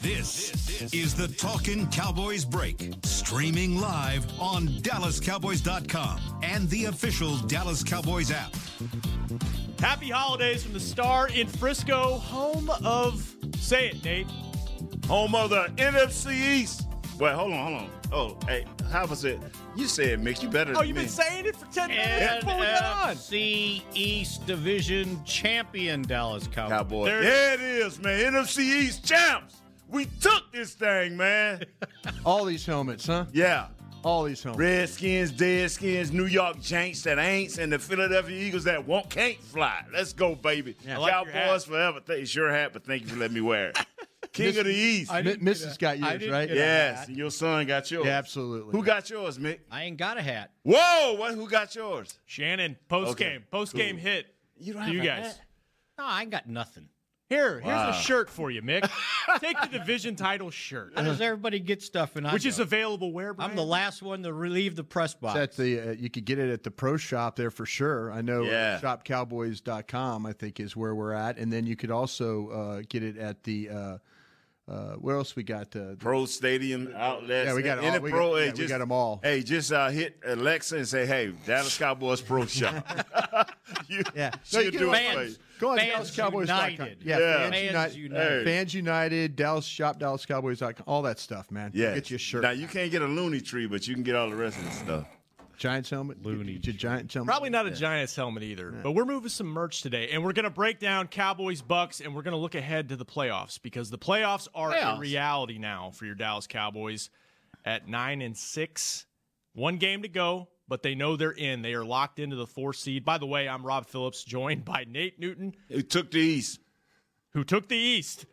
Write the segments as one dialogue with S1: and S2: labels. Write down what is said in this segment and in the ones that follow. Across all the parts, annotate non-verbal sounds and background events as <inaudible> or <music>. S1: This is the Talkin' Cowboys Break, streaming live on DallasCowboys.com and the official Dallas Cowboys app.
S2: Happy holidays from the Star in Frisco, home of say it, Nate.
S3: Home of the NFC East. Wait, hold on, hold on. Oh, hey, how was it? You said mix. You better.
S2: Oh,
S3: than
S2: you've
S3: me.
S2: been saying it for ten minutes before we got on.
S4: NFC East Division champion Dallas Cowboys.
S3: Cowboy.
S2: There-
S3: yeah, it is, man. NFC East champs. We took this thing, man.
S2: <laughs>
S5: All these helmets, huh?
S3: yeah.
S5: All these helmets.
S3: Redskins, Deadskins, New York Giants that ain'ts, and the Philadelphia Eagles that won't can't fly. Let's go, baby.
S2: I like your hat.
S3: Cowboys forever. Thank you, your hat, but thank you for letting me wear
S2: <laughs>
S3: it. King of the East.
S5: Mi- Mrs. got
S4: I
S5: yours,
S4: didn't
S5: right?
S4: get a-
S3: yes, and your son got yours.
S5: Yeah, absolutely.
S3: Who got yours, Mick?
S4: I ain't got a hat.
S3: Whoa, what? Who got yours?
S2: Shannon, post game,
S3: Okay,
S2: post game
S3: cool.
S2: hit.
S3: You don't
S2: to you guys.
S4: No, I ain't got nothing.
S2: Here, here's
S3: Wow.
S2: a shirt for you, Mick. Take the division title
S3: <laughs>
S2: shirt,
S4: How does everybody get stuff? And I
S2: which is
S4: don't?
S2: available where?
S4: I'm
S2: Brian?
S4: the last one to relieve the press box.
S5: It's at the uh, you could get it at the pro shop there for sure. I know
S3: Yeah.
S5: uh, shopcowboys.com I think is where we're at, and then you could also uh, get it at the uh, uh, where else we got uh, the,
S3: <laughs> Pro Stadium outlets.
S5: Yeah, we got
S3: any
S5: all- we
S3: pro.
S5: got-
S3: hey,
S5: yeah, we
S3: just-
S5: got 'em all.
S3: Hey, just uh, hit Alexa and say, "Hey, Dallas Cowboys Pro
S5: <laughs>
S3: Shop." You-
S5: yeah.
S3: she'll do it for you.
S4: fans.
S5: Go on,
S4: fans
S5: DallasCowboys.com.
S4: United.
S5: Yeah,
S3: Yeah.
S5: Fans,
S4: Fans
S5: United,
S4: United.
S5: Fans United, Dallas Shop, DallasCowboys.com, all that stuff, man.
S3: Yeah,
S5: Get you a shirt.
S3: Now you can't get a loony tree, but you can get all the rest of this stuff.
S5: Giants helmet. Looney. Get, you a Giants helmet.
S2: Probably not a Giants helmet either, but we're moving some merch today, and we're going to break down Cowboys Bucks, and we're going to look ahead to the playoffs because the playoffs are a
S3: Playoffs.
S2: reality now for your Dallas Cowboys at nine and six, one game to go, but they know they're in. They are locked into the four seed. By the way, I'm Rob Phillips, joined by Nate Newton,
S3: It took the East.
S2: who took the East.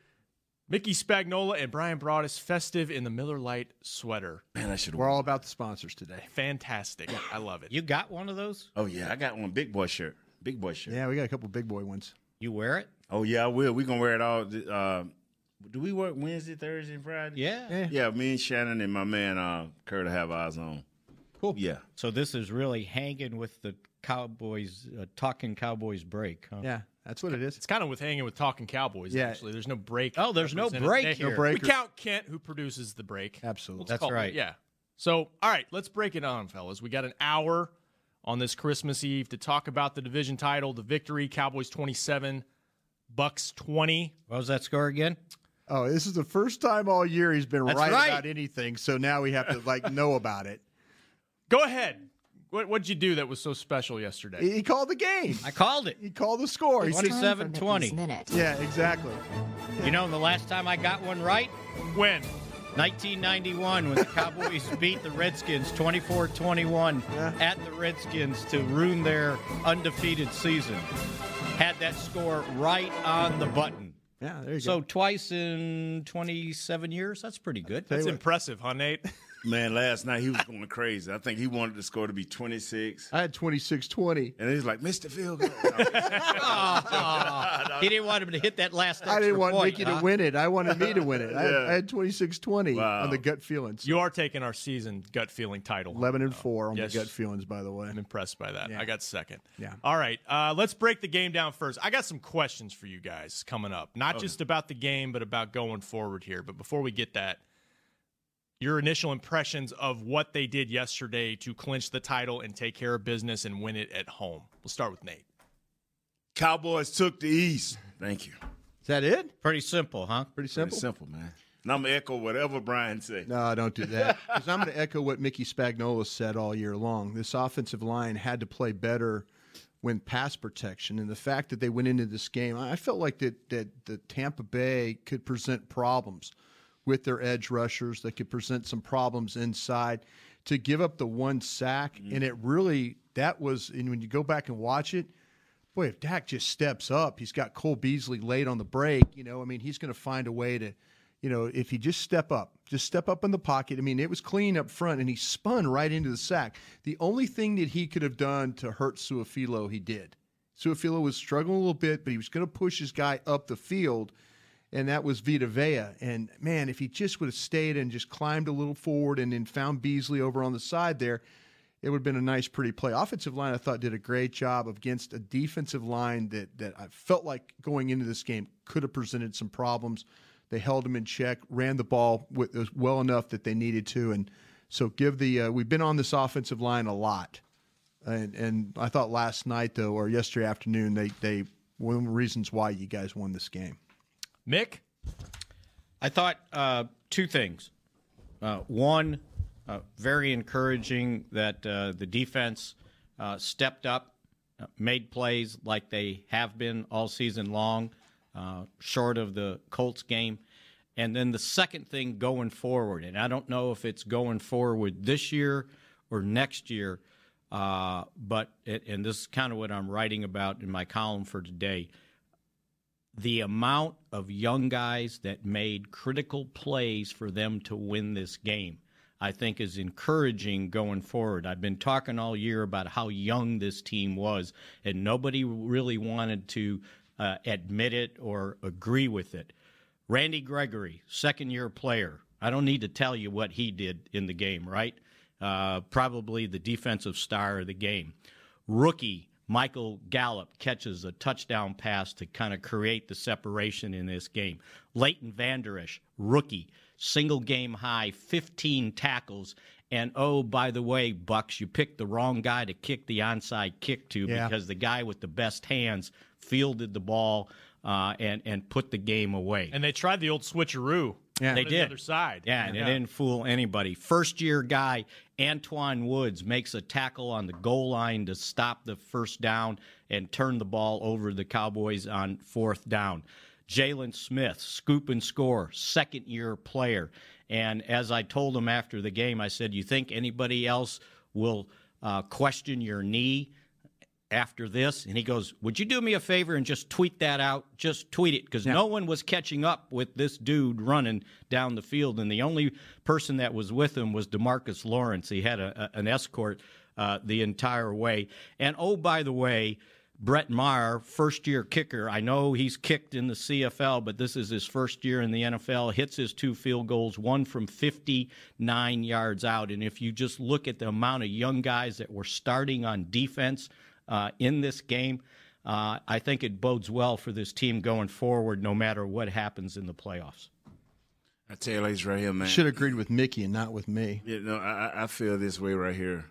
S2: Mickey Spagnola and Brian Broadus festive in the Miller Lite sweater.
S3: Man, I should.
S5: We're all about the sponsors today.
S2: Fantastic. I love it.
S4: You got one of those?
S3: Oh yeah, I got one big boy shirt. Big boy shirt.
S5: Yeah, we got a couple big boy ones.
S4: You wear it?
S3: Oh yeah, I will. We gonna wear it all. th- Uh, do we work Wednesday, Thursday, and Friday?
S4: Yeah.
S3: Yeah, me and Shannon and my man uh, Kurt have eyes on.
S5: Cool.
S3: Yeah.
S4: So this is really hanging with the Cowboys, uh, talking Cowboys break. Huh?
S5: Yeah, that's what it is.
S2: It's kind of with hanging with talking Cowboys.
S5: Yeah.
S2: Actually, there's no break.
S4: Oh, there's no
S2: represented.
S4: break
S2: Hey,
S4: here. No
S5: break
S2: We
S5: or-
S2: count Kent, who produces the break.
S5: Absolutely.
S4: That's
S2: Oh,
S4: right.
S2: Yeah. So, all right, let's break it on, fellas. We got an hour on this Christmas Eve to talk about the division title, the victory, Cowboys 27, Bucks 20.
S4: What was that score again?
S5: Oh, this is the first time all year he's been
S4: That's
S5: right,
S4: right.
S5: about anything. So now we have to like know about it.
S2: Go ahead. What what'd you do that was so special yesterday?
S5: He he called the game.
S4: I called it.
S5: He called the score. He said-
S4: 27-20.
S5: yeah, exactly.
S4: You know, the last time I got one right,
S2: when?
S4: 1991, when the
S5: <laughs>
S4: Cowboys beat the Redskins 24 21 at the Redskins to ruin their undefeated season. Had that score right on the button.
S5: Yeah, there you
S4: So
S5: go.
S4: twice in 27 years, that's pretty good.
S2: That's
S5: what-
S2: impressive,
S4: <laughs>
S2: huh, Nate?
S3: Man, last night he was going crazy. I think he wanted the score to be 26.
S5: I had 26 20.
S3: And he's like, Mr. Field. goal." No,
S5: <laughs>
S4: he didn't want him to hit that last.
S5: I didn't
S4: extra
S5: want
S4: point,
S5: Mickey
S4: huh?
S5: to win it. I wanted me to win <laughs> it. I,
S3: Yeah.
S5: I had 26 20
S3: Wow.
S5: on the gut feelings.
S2: you are taking our season gut feeling title.
S5: 11 and 4 on
S2: Yes.
S5: the gut feelings, by the way.
S2: I'm impressed by that.
S5: Yeah.
S2: I got second.
S5: Yeah.
S2: All right. Uh, let's break the game down first. I got some questions for you guys coming up, not just about the game, but about going forward here. But before we get that, your initial impressions of what they did yesterday to clinch the title and take care of business and win it at home. We'll start with Nate.
S3: Cowboys took the East. Thank you.
S5: Is that it?
S4: Pretty simple, huh?
S5: Pretty
S3: Pretty
S5: simple.
S3: simple, man. And I'm gonna echo whatever Brian say.
S5: No, don't do that. <laughs> Because I'm going to echo what Mickey Spagnola said all year long. This offensive line had to play better when pass protection, and the fact that they went into this game, I I felt like that that the Tampa Bay could present problems with their edge rushers. They could present some problems inside to give up the one sack, and it really that was. And when you go back and watch it, boy, if Dak just steps up, he's got Cole Beasley late on the break. You know, I mean, he's going to find a way to, you know, if he just step up, just step up in the pocket. I mean, it was clean up front, and he spun right into the sack. The only thing that he could have done to hurt Suafilo, he did. Suafilo was struggling a little bit, but he was going to push his guy up the field, and that was Vita Vea. And man, if he just would have stayed and just climbed a little forward and then found Beasley over on the side there, it would have been a nice, pretty play. Offensive line, I thought, did a great job against a defensive line that that I felt like going into this game could have presented some problems They held them in check, ran the ball with, as well enough that they needed to, and so give the. Uh, we've been on this offensive line a lot, and and I thought last night though, or yesterday afternoon, they they one of the reasons why you guys won this game.
S2: Mick,
S6: I thought uh, two things. Uh, one, uh, very encouraging that uh, the defense uh, stepped up, uh, made plays like they have been all season long, uh, short of the Colts game. And then the second thing going forward, and I don't know if it's going forward this year or next year, uh, but, it, and this is kind of what I'm writing about in my column for today the amount of young guys that made critical plays for them to win this game, I think is encouraging going forward. I've been talking all year about how young this team was, and nobody really wanted to uh, admit it or agree with it. Randy Gregory, second year player. I don't need to tell you what he did in the game, right? Uh, probably the defensive star of the game. Rookie Michael Gallup catches a touchdown pass to kind of create the separation in this game. Leighton Vanderish, rookie, single game high, 15 tackles. And oh, by the way, Bucks, you picked the wrong guy to kick the onside kick to
S5: Yeah.
S6: because the guy with the best hands fielded the ball uh, and and put the game away.
S2: and they tried the old switcheroo.
S5: Yeah.
S6: They
S2: on
S6: did.
S2: the other side. uh,
S6: Yeah, and it didn't fool anybody. First year guy, Antoine Woods, makes a tackle on the goal line to stop the first down and turn the ball over the Cowboys on fourth down. Jalen Smith, scoop and score, second year player. And as I told him after the game, I said, You think anybody else will uh, question your knee? after this and he goes would you do me a favor and just tweet that out just tweet it because no one was catching up with this dude running down the field and the only person that was with him was demarcus lawrence he had a, a- an escort uh, the entire way and oh by the way brett meyer first year kicker i know he's kicked in the cfl but this is his first year in the nfl hits his two field goals one from 59 yards out and if you just look at the amount of young guys that were starting on defense uh, in this game. Uh, I think it bodes well for this team going forward, no matter what happens in the playoffs.
S3: I tell you, ladies, right here, man.
S5: Should have agreed with Mickey and not with me.
S3: You know, I, I- I feel this way right here.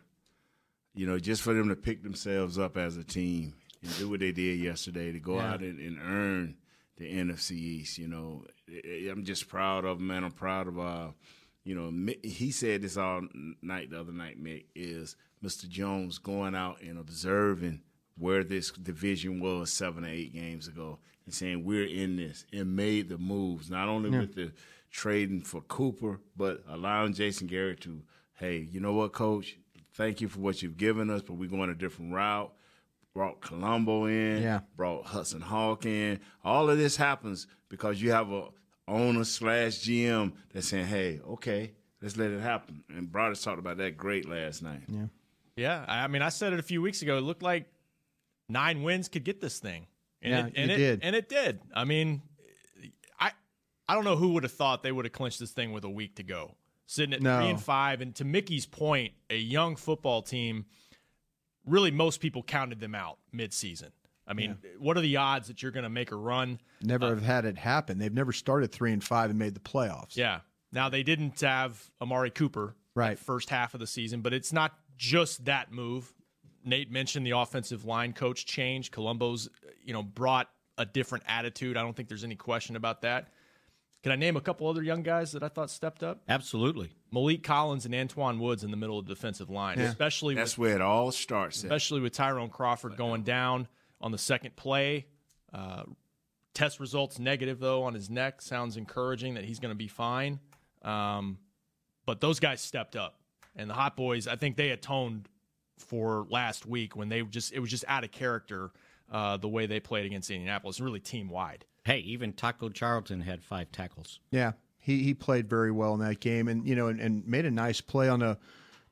S3: You know, just for them to pick themselves up as a team and do what they did yesterday to go out and, and earn the NFC East. You know, I- I- I'm just proud of them, man. I'm proud of, uh, you know, Mi- he said this all night the other night. Mick is Mr. Jones going out and observing where this division was seven or eight games ago and saying we're in this and made the moves not only with the trading for Cooper but allowing Jason Garrett to hey you know what coach thank you for what you've given us but we're going a different route brought Colombo in
S5: Yeah.
S3: brought Hudson Hawk in all of this happens because you have a owner slash GM that's saying hey okay let's let it happen and Broadus talked about that great last night
S2: Yeah, I I mean, I said it a few weeks ago. It looked like nine wins could get this thing, and
S5: Yeah,
S2: it, and
S5: it
S2: it,
S5: did.
S2: and it did. I mean, I I don't know who would have thought they would have clinched this thing with a week to go, sitting at
S5: No.
S2: three and five. And to Mickey's point, a young football team, really, most people counted them out midseason. I mean, what are the odds that you're going to make a run?
S5: Never have had it happen. They've never started three and five and made the playoffs.
S2: Yeah. Now they didn't have Amari Cooper
S5: Right.
S2: that first half of the season, but it's not just that move. Nate mentioned the offensive line coach change. Colombo's, you know, brought a different attitude. I don't think there's any question about that. Can I name a couple other young guys that I thought stepped up?
S6: Absolutely.
S2: Malik Collins and Antoine Woods in the middle of the defensive line, especially with
S3: that's where it all starts at.
S2: especially with Tyrone Crawford going down on the second play. Uh, test results negative though on his neck. Sounds encouraging that he's going to be fine. Um, but those guys stepped up, and the Hot Boys, I think they atoned for last week when they just it was just out of character uh, the way they played against Indianapolis, really team wide.
S6: Hey, even Taco Charlton had five tackles.
S5: Yeah, he he played very well in that game, and you know, and, and made a nice play on a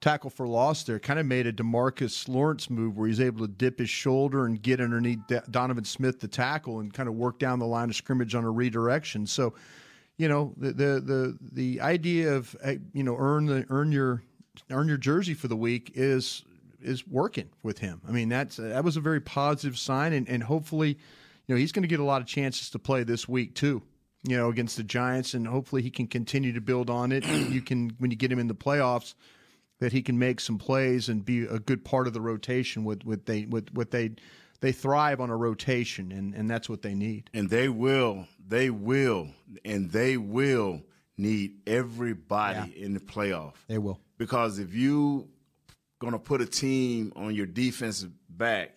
S5: tackle for loss there. Kind of made a Demarcus Lawrence move where he's able to dip his shoulder and get underneath D- Donovan Smith the tackle and kind of work down the line of scrimmage on a redirection. So, you know, the the the, the idea of eh, you know earn the earn your earn your jersey for the week is is working with him. I mean, that's that was a very positive sign, and and hopefully, you know, he's going to get a lot of chances to play this week too. you know, against the Giants, and hopefully he can continue to build on it. <clears throat> you can when you get him in the playoffs, that he can make some plays and be a good part of the rotation. With what they with what they they thrive on a rotation, and and that's what they need.
S3: And they will, they will, and they will need everybody in the playoff.
S5: They will.
S3: Because if you gonna put a team on your defensive back,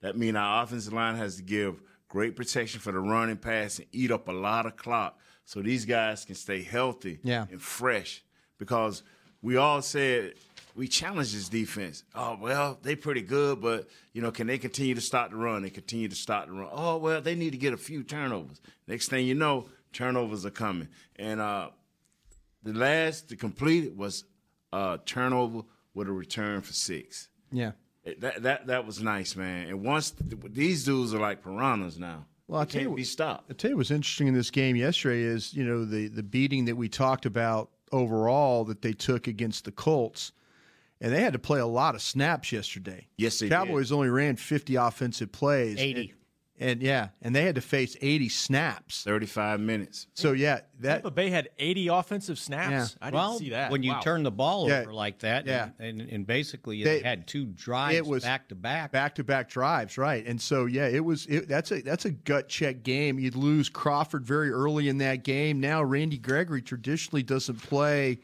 S3: that means our offensive line has to give great protection for the run and pass and eat up a lot of clock so these guys can stay healthy
S5: Yeah.
S3: and fresh. Because we all said we challenge this defense. Oh well, they pretty good, but you know, can they continue to stop the run and continue to stop the run? Oh well, they need to get a few turnovers. Next thing you know, turnovers are coming. And uh the last to complete it was uh, turnover with a return for six.
S5: Yeah.
S3: It- That that that was nice, man. And once these dudes are like piranhas now.
S5: Well, I'll
S3: They
S5: tell you
S3: can't
S5: what-
S3: be stopped.
S5: I tell you what's interesting in this game yesterday is you know the the beating that we talked about overall that they took against the Colts, and they had to play a lot of snaps yesterday.
S3: Yes, they did.
S5: Cowboys only ran fifty offensive plays,
S6: 80.
S5: and, and yeah, and they had to face eighty snaps.
S3: Thirty-five minutes.
S5: So yeah, that
S2: Tampa Bay had 80 offensive snaps.
S5: Yeah.
S2: I didn't
S6: well,
S2: see that.
S6: when you
S2: Wow.
S6: turn the ball
S5: Yeah.
S6: over like that,
S5: Yeah.
S6: and, and, and basically
S5: They-
S6: it had two drives
S5: it was
S6: back to back.
S5: back to back drives, right? And so yeah, it was it, that's a that's a gut check game. You'd lose Crawford very early in that game. Now Randy Gregory traditionally doesn't play.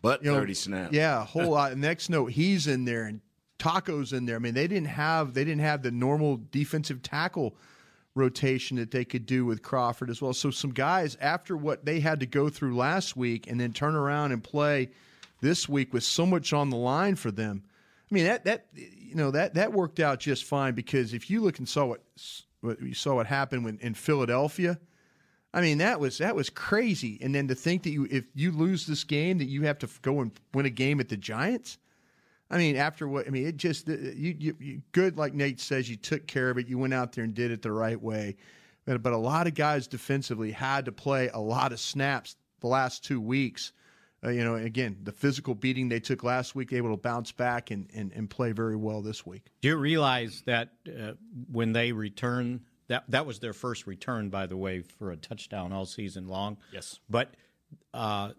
S3: But
S5: know,
S3: thirty snaps.
S5: Yeah, a whole lot. Next note, he's in there and tacos in there. I mean, they didn't have they didn't have the normal defensive tackle rotation that they could do with Crawford as well. So some guys after what they had to go through last week and then turn around and play this week with so much on the line for them. I mean that that you know that that worked out just fine because if you look and saw what, what you saw what happened when, in Philadelphia, I mean, that was that was crazy. And then to think that you, if you lose this game, that you have to f- go and win a game at the Giants. I mean, after what I mean, it just uh, you, you, you good like Nate says, you took care of it. You went out there and did it the right way. But, but a lot of guys defensively had to play a lot of snaps the last two weeks. Uh, you know, again, the physical beating they took last week, able to bounce back and, and, and play very well this week.
S6: Do you realize that uh, when they return, that that was their first return, by the way, for a touchdown all season long.
S2: Yes.
S6: but uh,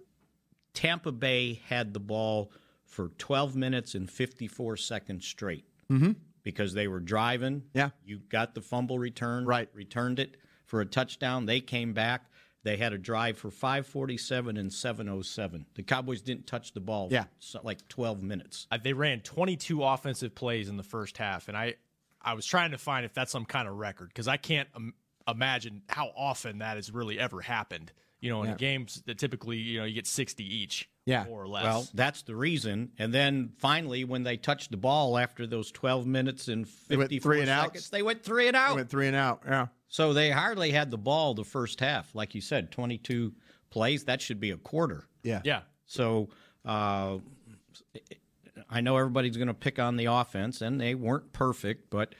S6: Tampa Bay had the ball for 12 minutes and 54 seconds straight because they were driving.
S5: Mm-hmm. Yeah.
S6: you got the fumble return,
S5: Right.
S6: Returned it for a touchdown. They came back. They had a drive for 547 and 707. The Cowboys didn't touch the ball.
S5: Yeah.
S6: for so- like 12 minutes.
S2: I- they ran 22 offensive plays in the first half, and I I was trying to find if that's some kind of record because I can't im- imagine how often that has really ever happened. You know, in a games that typically you know you get 60 each,
S5: Yeah.
S2: more or less.
S6: Well, that's the reason. And then finally, when they touched the ball after those 12 minutes and 54
S5: went three and outs.
S6: seconds, they went three and
S3: Oh.
S6: out.
S5: Went three and out. Yeah.
S6: so they hardly had the ball the first half. Like you said, 22 plays. That should be a quarter.
S5: Yeah.
S2: yeah,
S6: So uh, I know everybody's going to pick on the offense, and they weren't perfect, but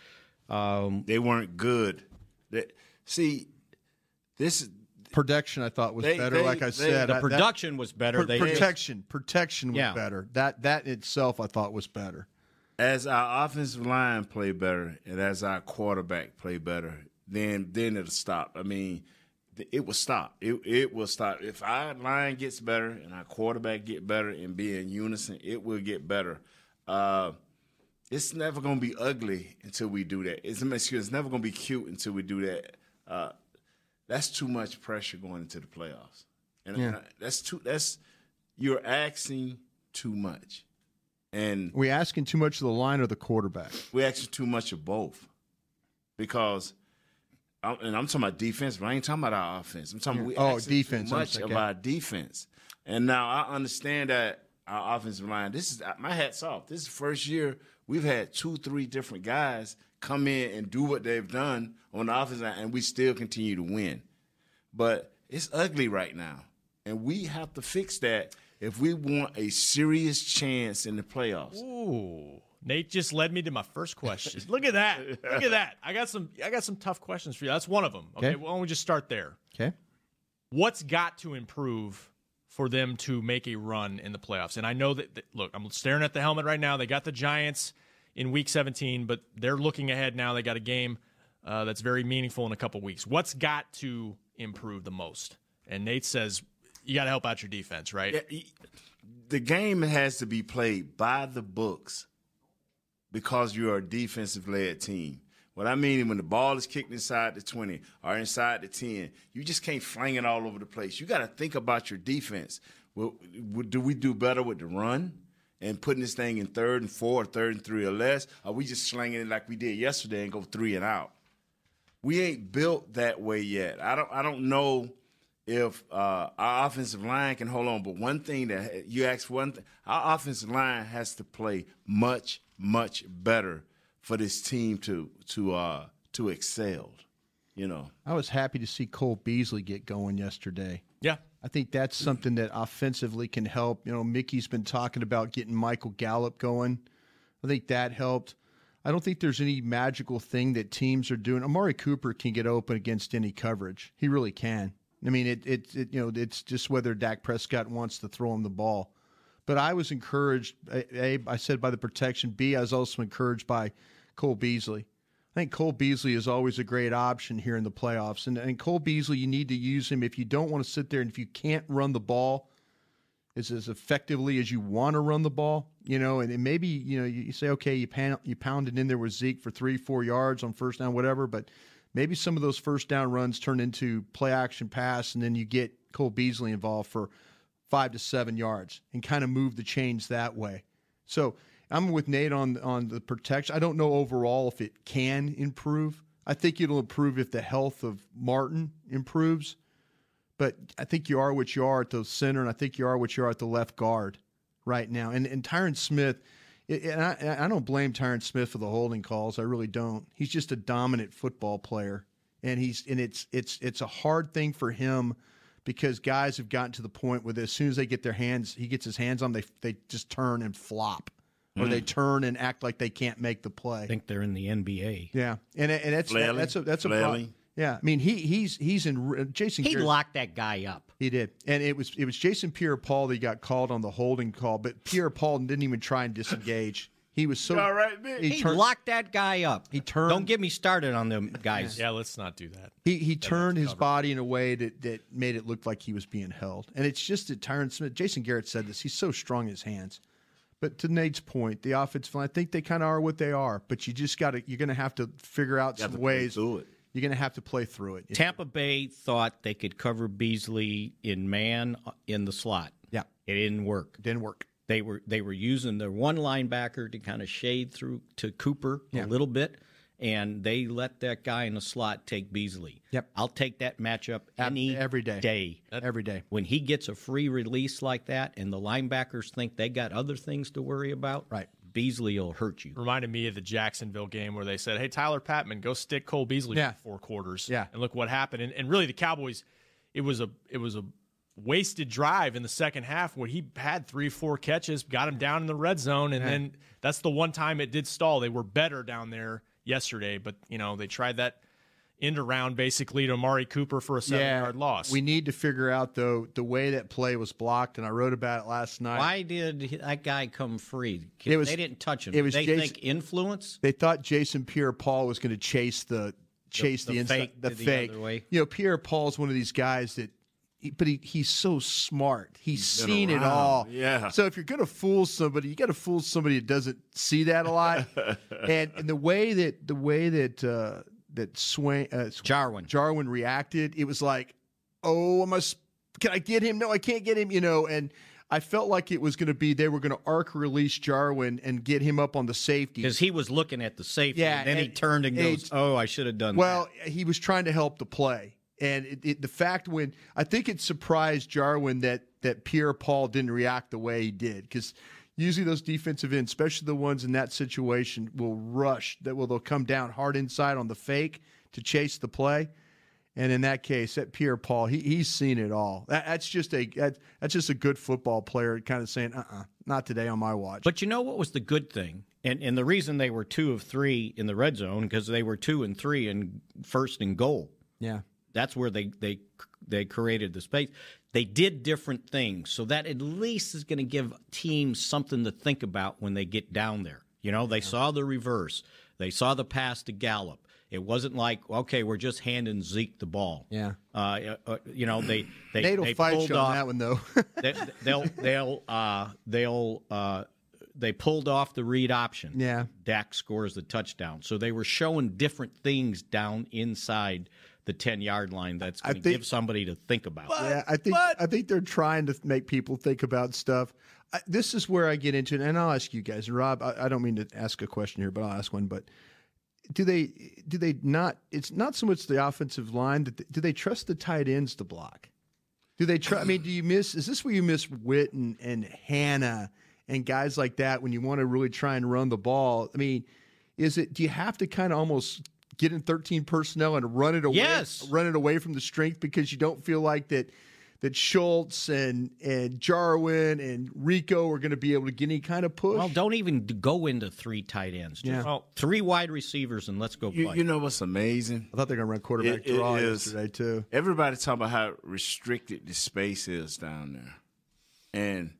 S6: um,
S3: They weren't good. They, see, this is
S5: Production, I thought, was
S3: They-
S5: better.
S3: they-
S5: like I
S3: they-
S5: said,
S6: the
S5: I- that-
S6: production was better.
S5: Pr-
S6: they
S5: protection, protection was
S6: Yeah.
S5: better. That that itself, I thought, was better.
S3: as our offensive line play better and as our quarterback play better, then then it'll stop. I mean, th- it will stop. It it will stop. If our line gets better and our quarterback get better and be in unison, it will get better. Uh, it's never gonna be ugly until we do that. It's excuse. It's never gonna be cute until we do that. Uh, that's too much pressure going into the playoffs, and, and I- that's too. That's you're asking too much, and
S5: We asking too much of the line or the quarterback.
S3: we actually too much of both because I'm, and I'm talking about defense, but I ain't talking about our offense. I'm talking we
S5: Oh,
S3: asking
S5: defense.
S3: too
S5: I'm
S3: much
S5: sorry,
S3: of
S5: okay.
S3: our defense. And now I understand that our offensive line. This is my hats off. This is the first year we've had two, three different guys come in and do what they've done on the offense, line, and we still continue to win. But it's ugly right now, and we have to fix that if we want a serious chance in the playoffs.
S2: Ooh, Nate just led me to my first question. Look at that! Look at that! I got some I got some tough questions for you. That's one of them. Okay,
S5: Okay.
S2: well, why don't we just start there?
S5: Okay.
S2: what's got to improve for them to make a run in the playoffs? And I know that, that- look, I'm staring at the helmet right now. They got the Giants in week 17, but they're looking ahead now. They got a game uh, that's very meaningful in a couple weeks. What's got to improve the most? And Nate says, you got to help out your defense, right?
S3: Yeah, y- The game has to be played by the books because you are a defensive led team. What I mean when the ball is kicked inside the 20 or inside the 10, you just can't fling it all over the place. You got to think about your defense. Well, w- do we do better with the run and putting this thing in third and four, third and three or less? Or we just slinging it like we did yesterday and go three and out? we ain't built that way yet. I don't I don't know if uh, our offensive line can hold on, but one thing that you asked one thing, our offensive line has to play much much better for this team to to uh to excel. You know,
S5: I was happy to see Cole Beasley get going yesterday.
S2: Yeah.
S5: I think that's something that offensively can help. You know, Mickey's been talking about getting Michael Gallup going. I think that helped. I don't think there's any magical thing that teams are doing. Amari Cooper can get open against any coverage. He really can. I mean, it, it, it you know, it's just whether Dak Prescott wants to throw him the ball. But I was encouraged. A, A, I said by the protection. B, I was also encouraged by Cole Beasley. I think Cole Beasley is always a great option here in the playoffs. And, and Cole Beasley, you need to use him if you don't want to sit there and if you can't run the ball as, as effectively as you want to run the ball, you know, and, and maybe, you know, you, you say, okay, you, pan, you pound it in there with Zeke for three, four yards on first down, whatever, but maybe some of those first down runs turn into play action pass and then you get Cole Beasley involved for five to seven yards and kind of move the chains that way. So I'm with Nate on on the protection. I don't know overall if it can improve. I think it'll improve if the health of Martin improves. But I think you are what you are at the center, and I think you are what you are at the left guard right now. And and Tyron Smith, it- and I, and I don't blame Tyron Smith for the holding calls. I really don't. He's just a dominant football player, and he's and it's it's it's a hard thing for him because guys have gotten to the point where as soon as they get their hands, he gets his hands on them, they they just turn and flop, or they turn and act like they can't make the play.
S6: I think they're in the NBA.
S5: Yeah, and and that's
S3: Flailing,
S5: that's a that's a pro-
S3: flailing.
S5: Yeah, I mean he he's he's in Jason.
S6: He
S5: Garrett-
S6: locked that guy up.
S5: he did, and it was it was Jason Pierre-Paul that got called on the holding call, but Pierre-Paul didn't even try and disengage. He was so
S3: all right, man.
S6: He,
S5: turned-
S6: locked that guy up. He
S5: turned-
S6: Don't get me started on them guys.
S2: Yeah, let's not do that.
S5: He he turned his body in a way that that made it look like he was being held, and it's just that Tyron Smith. Jason Garrett said this. He's so strong in his hands. But to Nate's point, the offensive line, I think they kind of are what they are. But you just got to you're going to have to figure out some
S3: to play
S5: ways.
S3: through it.
S5: You're going to have to play through it.
S6: Tampa Bay thought they could cover Beasley in man uh, in the slot.
S5: Yeah.
S6: It didn't work.
S5: didn't work.
S6: They were they were using their one linebacker to kind of shade through to Cooper a little bit, and they let that guy in the slot take Beasley.
S5: Yep.
S6: I'll take that matchup
S5: Ab-
S6: any
S5: every day.
S6: day.
S5: every day.
S6: when he gets a free release like that, and the linebackers think they got other things to worry about.
S5: Right.
S6: Beasley will hurt you.
S2: Reminded me of the Jacksonville game where they said, hey, Tyler Patman, go stick Cole Beasley
S5: Yeah.
S2: for four quarters.
S5: Yeah.
S2: And look what happened. And, and really, the Cowboys, it was a it was a wasted drive in the second half where he had three, four catches, got him down in the red zone. And then that's the one time it did stall. They were better down there yesterday, but, you know, they tried that end around basically to Amari Cooper for a seven yard loss.
S5: We need to figure out though the way that play was blocked, and I wrote about it last night.
S6: Why did that guy come free?
S5: It was-
S6: they didn't touch him.
S5: it was
S6: they
S5: Jason-
S6: think influence.
S5: They thought Jason Pierre-Paul was going to chase the chase the,
S6: the
S5: inside,
S6: fake
S5: the
S6: to the
S5: fake.
S6: other way.
S5: You know, Pierre-Paul's one of these guys that. he- But he, he's so smart. He's,
S3: been
S5: seen it
S3: around,
S5: all.
S3: yeah.
S5: So if you're going to fool somebody, you got to fool somebody that doesn't see that
S3: <laughs>
S5: a lot. and, and the way that the way that uh, that Swain uh, Swain-
S6: Jarwin.
S5: Jarwin reacted, it was like, oh, am I, sp- can I get him? No, I can't get him, you know, and I felt like it was going to be, they were going to arc release Jarwin and get him up on the safety.
S6: Because he was looking at the safety,
S5: Yeah,
S6: and then he
S5: and-
S6: turned and
S5: and he-
S6: goes, "Oh, I should have done
S5: Well, he was trying to help the play. And it, it, the fact when, I think it surprised Jarwin that, that Pierre Paul didn't react the way he did because usually those defensive ends, especially the ones in that situation, will rush, that will, they'll come down hard inside on the fake to chase the play. And in that case, that Pierre Paul, he, he's seen it all. That, that's just a that, that's just a good football player, kind of saying, "Uh, uh not today on my watch."
S6: But you know what was the good thing? And, and the reason they were two of three in the red zone because they were two and three in first and goal.
S5: yeah,
S6: That's where they they they created the space. They did different things, so that at least is going to give teams something to think about when they get down there. You know, they saw the reverse, they saw the pass to Gallup. It wasn't like okay, we're just handing Zeke the ball.
S5: Yeah.
S6: Uh, uh, you know they they
S5: Nate will
S6: they
S5: fight
S6: pulled
S5: you on
S6: off
S5: that one though. <laughs>
S6: they, they'll they'll uh, they'll uh, they pulled off the read option.
S5: Yeah.
S6: Dak scores the touchdown. So they were showing different things down inside the ten yard line. That's
S5: I
S6: going to
S5: think-
S6: give somebody to think about.
S5: yeah, I think I think they're trying to make people think about stuff. I, this is where I get into it, and I'll ask you guys, Rob. I, I don't mean to ask a question here, but I'll ask one. But do they do they not? It's not so much the offensive line. That do they trust the tight ends to block? Do they try? I mean, do you miss? Is this where you miss Witt and, and Hannah and guys like that when you want to really try and run the ball? I mean, is it? Do you have to kind of almost get in thirteen personnel and run it away?
S6: Yes.
S5: run it away from the strength because you don't feel like that that Schultz and and Jarwin and Rico are going to be able to get any kind of push.
S6: Well, don't even go into three tight ends. Just
S5: Yeah.
S2: Well-
S6: three wide receivers and let's go
S3: You,
S6: play.
S3: you know what's amazing?
S5: I thought they were going to run quarterback
S3: It- it
S5: draw
S3: is.
S5: yesterday too.
S3: Everybody talking about how restricted the space is down there, and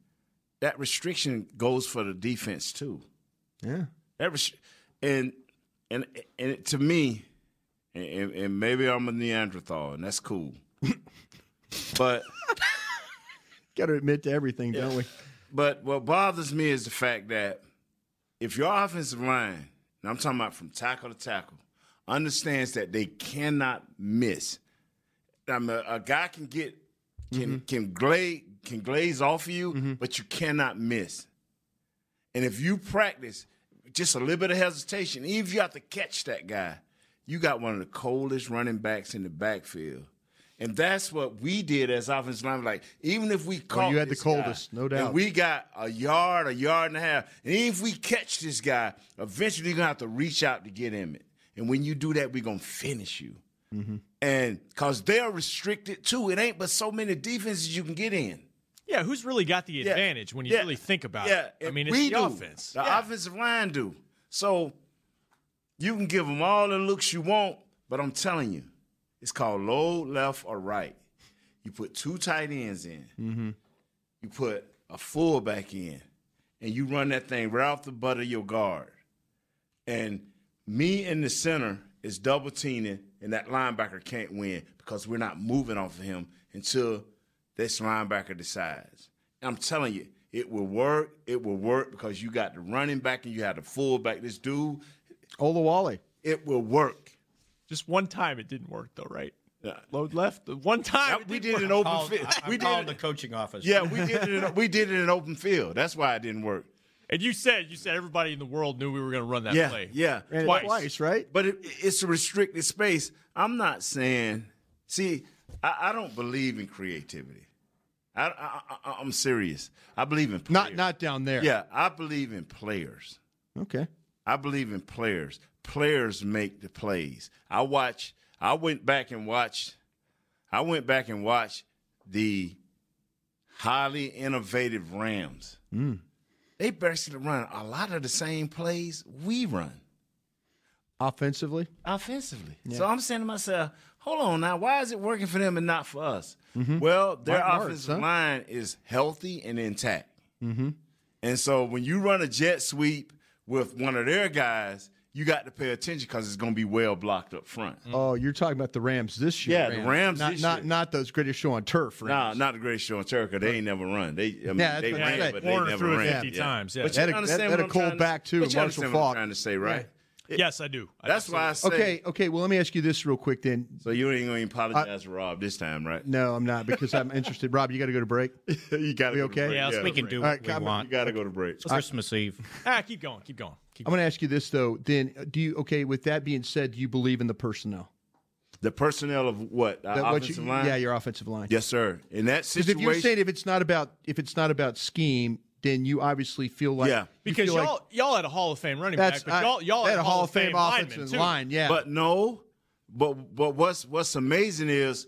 S3: that restriction goes for the defense too.
S5: Yeah,
S3: That res- and and and it, to me, and, and maybe I'm a Neanderthal, and that's cool. but
S5: got to admit to everything, don't we?
S3: but what bothers me is the fact that if your offensive line, and I'm talking about from tackle to tackle, understands that they cannot miss. I mean, a guy can get can can glaze can glaze off of you, but you cannot miss. And if you practice just a little bit of hesitation, even if you have to catch that guy, you got one of the coldest running backs in the backfield. And that's what we did as offensive line. Like, even if we caught
S5: Oh, you had the
S3: this guy,
S5: coldest, no doubt.
S3: and we got a yard, a yard and a half. And even if we catch this guy, eventually you're gonna have to reach out to get him. And when you do that, we're gonna finish you.
S5: Mm-hmm.
S3: And cause they're restricted too. It ain't but so many defenses you can get in.
S2: Yeah, who's really got the advantage when you
S3: Yeah.
S2: really think about
S3: yeah.
S2: it? I
S3: and
S2: mean, it's
S3: we
S2: the
S3: do.
S2: offense.
S3: The
S2: Yeah.
S3: offensive line do. So you can give them all the looks you want, but I'm telling you, it's called low left or right. You put two tight ends in.
S2: Mm-hmm.
S3: You put a fullback in, and you run that thing right off the butt of your guard. And me in the center is double teaming, and that linebacker can't win because we're not moving off of him until this linebacker decides. And I'm telling you, it will work. It will work because you got the running back and you had the fullback. This dude,
S5: Olawale.
S3: it will work.
S2: Just one time it didn't work though, right?
S3: Yeah.
S2: Load left. The One time
S3: That- we
S2: didn't
S3: did
S2: work.
S3: an open
S6: Called-
S3: field.
S6: I- I'm
S3: we
S6: calling
S3: did
S6: the coaching
S3: <laughs>
S6: office.
S3: Yeah, we did it. In, we did it in open field. That's why it didn't work.
S2: And you said you said everybody in the world knew we were going to run that
S3: Yeah,
S2: play.
S3: yeah.
S5: And
S2: Twice.
S5: twice, right?
S3: But it, it's a restricted space. I'm not saying. See, I, I don't believe in creativity. I, I, I, I'm serious. I believe in players.
S5: Not not down there.
S3: Yeah, I believe in players.
S5: Okay.
S3: I believe in players. Players make the plays. I watch. I went back and watched. I went back and watched the highly innovative Rams.
S5: Mm.
S3: They basically run a lot of the same plays we run
S5: Offensively,
S3: offensively. So I'm saying to myself, hold on now, why is it working for them and not for us? Well, their
S5: Mm-hmm. Mark Martz,
S3: offensive
S5: huh? Mm-hmm.
S3: line is healthy and intact. And so when you run a jet sweep with one of their guys, you got to pay attention because it's going to be well blocked up front.
S2: Mm-hmm.
S5: oh, you're talking about the Rams this year.
S3: Yeah, the Rams
S5: not
S3: this
S5: not
S3: year.
S5: not those greatest show on turf.
S3: Nah,
S5: Rams.
S3: not the greatest show in Turkey. They ain't never run. They, I mean,
S5: that's
S3: they
S5: what I'm
S3: ran,
S5: saying.
S3: but they
S2: Warner
S3: never
S2: threw it
S3: ran.
S2: 50 times, yeah.
S3: But you
S5: That a-
S3: understand
S5: that-
S3: what
S5: that a
S3: I'm
S5: cold
S3: trying to-
S5: back, too,
S3: But you
S5: Marshall
S3: understand what I'm
S5: Faulk.
S3: trying to say, right?
S2: Yes, I do. I
S3: That's why I say.
S5: Okay, okay. Well, let me ask you this real quick then.
S3: So you ain't going to apologize to Rob this time, right? <laughs>
S5: No, I'm not because I'm interested. Rob, you got to go to break.
S3: you got to
S5: okay?
S2: Yeah,
S6: we can do
S5: All
S6: what
S5: right,
S6: we
S5: come on.
S6: want.
S3: You got to go to break.
S6: It's Christmas Eve.
S2: Ah, keep going. Keep going. Keep
S5: I'm going to ask you this though. Then, uh, do you okay? With that being said, do you believe in the personnel?
S3: The personnel of what? Our
S5: That what
S3: Uh, offensive
S5: you,
S3: line?
S5: Yeah, your offensive line.
S3: Yes, sir. In that
S5: Because if
S3: situation,
S5: you're saying if it's not about if it's not about scheme, then you obviously feel like
S3: Yeah.
S5: you
S2: Because
S5: feel
S2: y'all
S5: like
S2: y'all had a Hall of Fame running
S5: that's
S2: back, but y'all y'all
S5: I,
S2: had
S5: that
S2: a Hall of Fame, lineman,
S5: offensive
S2: too.
S5: line. Yeah,
S3: but no. But but what's what's amazing is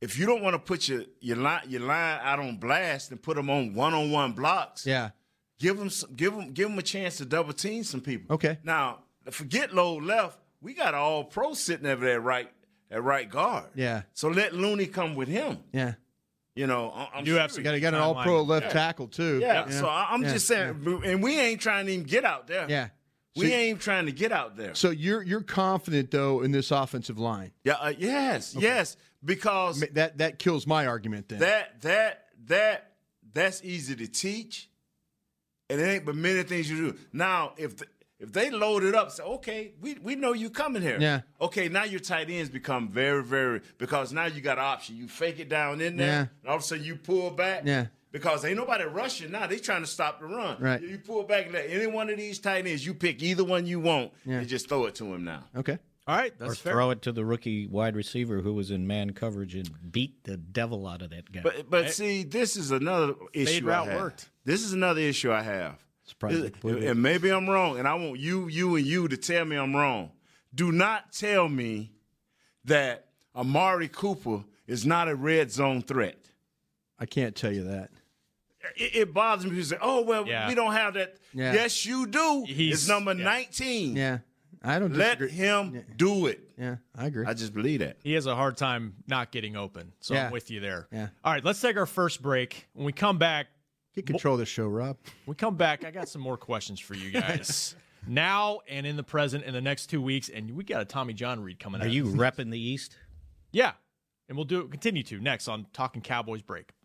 S3: if you don't want to put your your line your line out on blast and put them on one on one blocks,
S5: yeah,
S3: give them some, give them give them a chance to double team some people.
S5: Okay.
S3: Now forget low left. We got an all pro sitting over there at right at right guard.
S5: Yeah.
S3: So let Looney come with him.
S5: yeah.
S3: You know, I- I'm
S2: You do have
S3: serious.
S5: Got to get an all pro left tackle too.
S3: Yeah. So I- I'm
S5: Yeah.
S3: just saying, and we ain't trying to even get out there.
S5: Yeah.
S3: We ain't trying to get out there.
S5: So you're you're confident though in this offensive line.
S3: Yeah. Uh, yes. Yes. Because
S5: Ma- That that kills my argument then.
S3: that that that that's easy to teach, and it ain't but many things you do. Now, if the, if they load it up, say, okay, we we know you coming here.
S5: Yeah.
S3: Okay, now your tight ends become very very because now you got option. You fake it down in there,
S5: Yeah.
S3: and all of a sudden you pull back.
S5: Yeah.
S3: Because ain't nobody rushing now. They trying to stop the run.
S5: Right.
S3: You pull back and let any one of these tight ends, you pick either one you want
S5: Yeah.
S3: and just throw it to him now.
S5: okay.
S2: All right,
S7: Or
S2: that's fair.
S7: throw it to the rookie wide receiver who was in man coverage and beat the devil out of that guy.
S3: But but see, this is another issue. I
S2: route
S3: have.
S2: worked.
S3: This is another issue I have.
S7: Surprised they
S3: This-
S7: played it.
S3: and maybe I'm wrong, and I want you, you, and you to tell me I'm wrong. Do not tell me that Amari Cooper is not a red zone threat.
S5: I can't tell you that.
S3: It, it bothers me. You say, "Oh well,
S2: Yeah.
S3: we don't have that."
S5: Yeah.
S3: Yes, you do.
S2: He's-
S3: it's number
S2: yeah.
S3: 19.
S5: Yeah. I don't
S3: Let
S5: disagree.
S3: him do it.
S5: Yeah, I agree.
S3: I just believe that.
S2: He has a hard time not getting open. So
S5: Yeah.
S2: I'm with you there.
S5: Yeah.
S2: All right, let's take our first break. When we come back,
S5: Get control of the show, Rob.
S2: When we come back, I got some more questions for you guys. now and in the present in the next two weeks, and we got a Tommy John read coming
S7: Are
S2: out.
S7: you repping the East?
S2: Yeah. And we'll do continue to next on Talking Cowboys Break.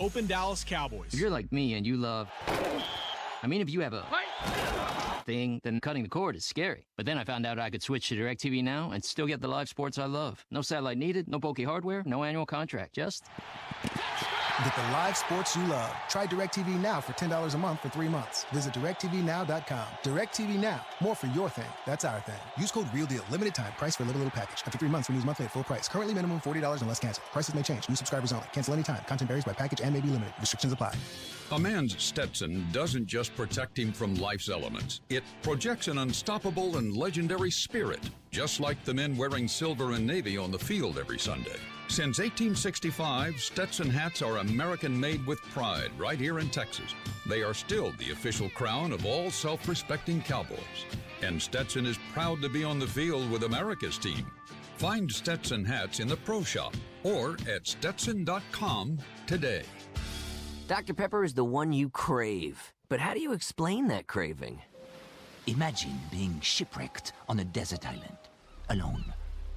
S2: open Dallas Cowboys.
S8: If you're like me and you love. I mean, if you have a thing, then cutting the cord is scary. But then I found out I could switch to DirecTV now and still get the live sports I love. No satellite needed, no bulky hardware, no annual contract, just.
S9: Get the live sports you love. Try DirecTV Now for $10 a month for three months. Visit DirecTVNow.com. DirecTV Now. More for your thing. That's our thing. Use code REALDEAL. Limited time. Price for little, little package. After three months, renews monthly at full price. Currently minimum $40 unless canceled. Prices may change. New subscribers only. Cancel anytime. Content varies by package and may be limited. Restrictions apply.
S10: A man's Stetson doesn't just protect him from life's elements, it projects an unstoppable and legendary spirit, just like the men wearing silver and navy on the field every Sunday. Since 1865, Stetson hats are American made with pride right here in Texas. They are still the official crown of all self respecting cowboys. And Stetson is proud to be on the field with America's team. Find Stetson hats in the pro shop or at stetson.com today.
S8: Dr. Pepper is the one you crave. But how do you explain that craving?
S11: Imagine being shipwrecked on a desert island, alone.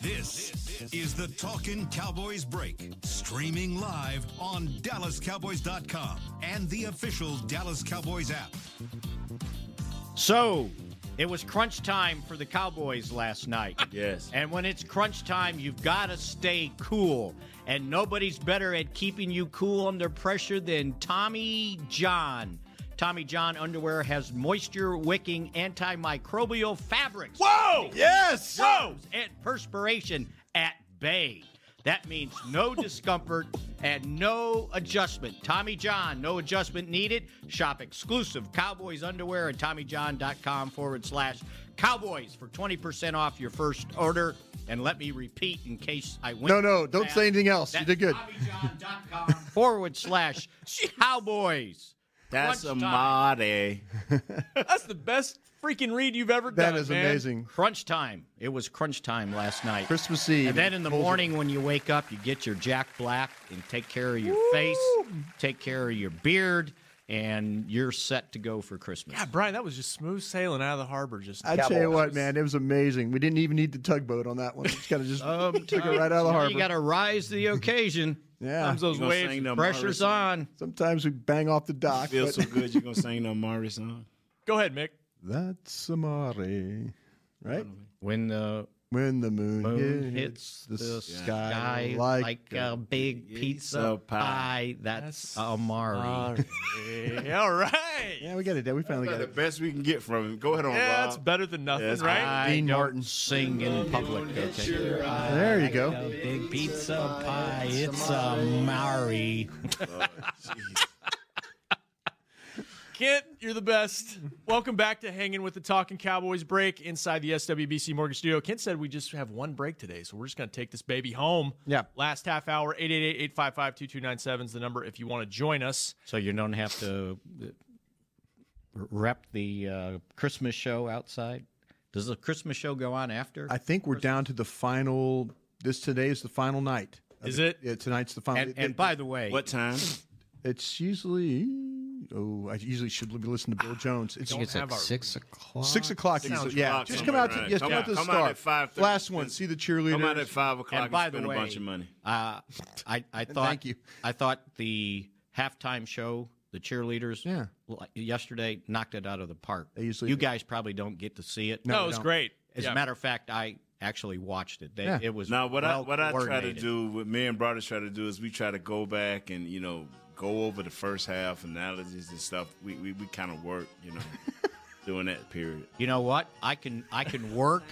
S1: This is the Talkin' Cowboys Break, streaming live on DallasCowboys.com and the official Dallas Cowboys app.
S6: So, it was crunch time for the Cowboys last night.
S3: Yes.
S6: And when it's crunch time, you've got to stay cool. And nobody's better at keeping you cool under pressure than Tommy John. Tommy John underwear has moisture wicking antimicrobial fabrics. Whoa! Yes! Whoa! And perspiration at bay. That means
S5: <laughs>
S6: no discomfort and no adjustment. Tommy John, no adjustment needed. Shop exclusive Cowboys underwear at TommyJohn.com forward slash Cowboys for 20% off your first order. And let me repeat in case I went.
S5: No, no, don't
S6: fast.
S5: say anything else. You
S6: That's
S5: did good.
S6: TommyJohn.com <laughs> forward slash Cowboys.
S3: That's
S6: Crunch time.
S3: Amari.
S2: That's the best freaking read you've ever done.
S5: That is
S2: man.
S5: amazing.
S6: Crunch time. It was crunch time last night.
S5: Christmas Eve.
S6: And then in the morning when you wake up, you get your Jack Black and take care of your face, take care of your beard, and you're set to go for Christmas.
S2: God, Brian, that was just smooth sailing out of the harbor. Just
S5: I tell you what, man, it was amazing. We didn't even need the tugboat on that one. It's kind
S6: <laughs>
S5: of just Um, took it right out of the harbor.
S6: Um, You got to rise to the occasion.
S5: yeah.
S2: Sometimes those
S3: You gonna
S2: waves.
S3: sing no
S6: Pressure's
S3: Morris
S6: on.
S5: Sometimes we bang off the dock.
S3: Feel
S5: but-
S3: so good, you're gonna sing no Mari song.
S2: Go ahead, Mick.
S5: That's Amari, right?
S6: When the
S5: When the moon,
S6: moon
S5: hits,
S6: hits
S5: the,
S6: the
S5: sky,
S6: sky
S5: like,
S6: like a big
S3: so
S6: pizza
S3: pie.
S6: pie, that's Amari.
S2: <laughs> Yeah, All right. Yeah,
S5: yeah, we got it. Dad. We finally got
S3: the
S5: it.
S3: best we can get from him. Go ahead on,
S2: that's
S3: Rob.
S2: better than nothing,
S3: Yes,
S2: right?
S6: I
S5: Dean
S6: don't
S5: Martin.
S6: sing in public. Okay.
S5: There you go.
S6: A big pizza pie, it's Amari.
S2: Kent, you're the best. Welcome back to Hanging with the Talking Cowboys break inside the SWBC Mortgage Studio. Kent said we just have one break today, so we're just going to take this baby home.
S5: Yeah.
S2: Last half hour, 888 855 2297 is the number if you want to join us.
S6: So you don't have to uh, rep the uh, Christmas show outside. Does the Christmas show go on after?
S5: I think we're down to the final. This today is the final night. of
S2: Is it?
S5: Yeah, tonight's the final.
S6: and, and by the way,
S3: What time?
S5: it's usually. Oh, I usually should be listening to Bill Jones. It's
S2: Don't have our-
S12: Six o'clock.
S5: six o'clock. usually. Yeah,
S3: o'clock,
S5: just come
S3: somewhere
S5: out to
S3: around.
S5: yes, come
S3: Come
S5: out to the
S3: out- come out
S5: start.
S3: at 5:30.
S5: Last one. See the cheerleaders.
S3: Come out at five o'clock
S6: and
S3: and,
S6: by the
S3: spend
S6: way,
S3: a bunch of money.
S6: Uh, I,
S5: <laughs>
S6: I thought
S5: Thank you.
S6: I thought the halftime show, the cheerleaders,
S5: Yeah.
S6: l- yesterday knocked it out of the park.
S5: They usually
S6: you
S5: do.
S6: guys probably don't get to see it.
S2: No, it was great.
S6: As
S2: Yeah.
S6: a matter of fact, I actually watched it. They,
S5: Yeah.
S6: It was
S3: Now what I
S6: well
S3: what I try to
S6: coordinated.
S3: do, what me and brothers try to do is we try to go back and you know go over the first half analogies and stuff. We we, we kind of work, you <laughs> know, during that period.
S6: You know what? I can I can work.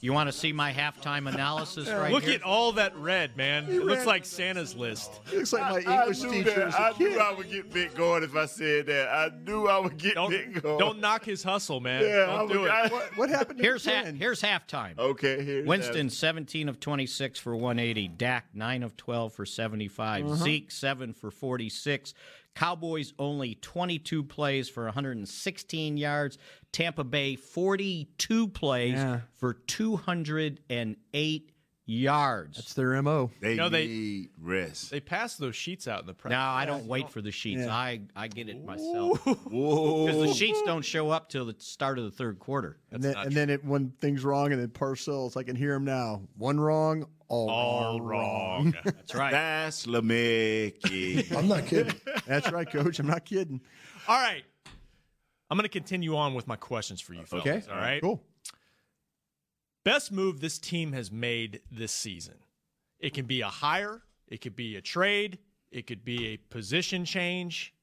S6: you want to see my halftime analysis right
S2: Look
S6: here?
S2: at all that red, man. It looks like Santa's
S6: <laughs>
S2: list.
S5: Looks like my
S3: I
S5: English
S3: knew
S5: teacher
S3: that.
S5: was a
S3: I knew
S5: kid.
S3: I would get bit going if I said that. I knew I would get
S2: Don't,
S3: bit going.
S2: don't knock his hustle, man.
S3: Yeah, I
S2: don't
S3: would,
S2: do it.
S3: I-
S5: What, what happened? To
S6: here's
S5: the
S6: ha-
S5: ten?
S6: here's halftime.
S3: okay, here.
S6: Winston, 17 of 26 for 180. Dak, 9 of 12 for 75.
S5: Uh-huh.
S6: Zeke, 7 for 46. Cowboys, only 22 plays for 116 yards. Tampa Bay, 42 plays
S5: Yeah.
S6: for 208 yards.
S5: That's their mo.
S3: They
S2: know, they-
S3: need rest.
S2: They passed those sheets out in the press.
S6: now, I don't wait for the sheets.
S5: Yeah.
S6: I, I get it myself. Because the sheets don't show up till the start of the third quarter.
S5: And then, and then it, when things wrong, and then Parcells, I can hear him now. One wrong, all,
S2: all
S5: wrong.
S2: wrong.
S6: That's right.
S3: That's Lamecki.
S2: <laughs>
S5: I'm not kidding. <laughs> That's right, Coach. I'm not kidding.
S2: all right. I'm going to continue on with my questions for you, fellas.
S5: Okay,
S2: All right.
S5: cool.
S2: best move this team has made this season. It can be a hire, it could be a trade, it could be a position change.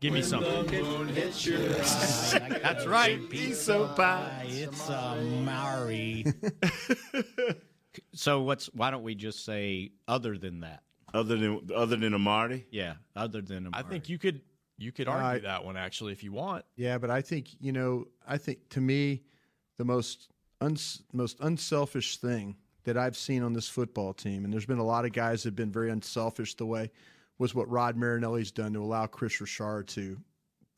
S2: Give me something.
S6: That's right.
S3: He's so
S6: Hi,
S3: bad.
S6: It's a Maori. <laughs> so what's? Why don't we just say other than that?
S3: Other than other than Amari,
S6: Yeah, other than a
S2: I
S6: Maori.
S2: think you could you could
S5: right.
S2: argue that one actually if you want.
S5: Yeah, but I think you know. I think to me, the most uns- most unselfish thing that I've seen on this football team, and there's been a lot of guys that have been very unselfish the way, was what Rod Marinelli's done to allow Chris Richard to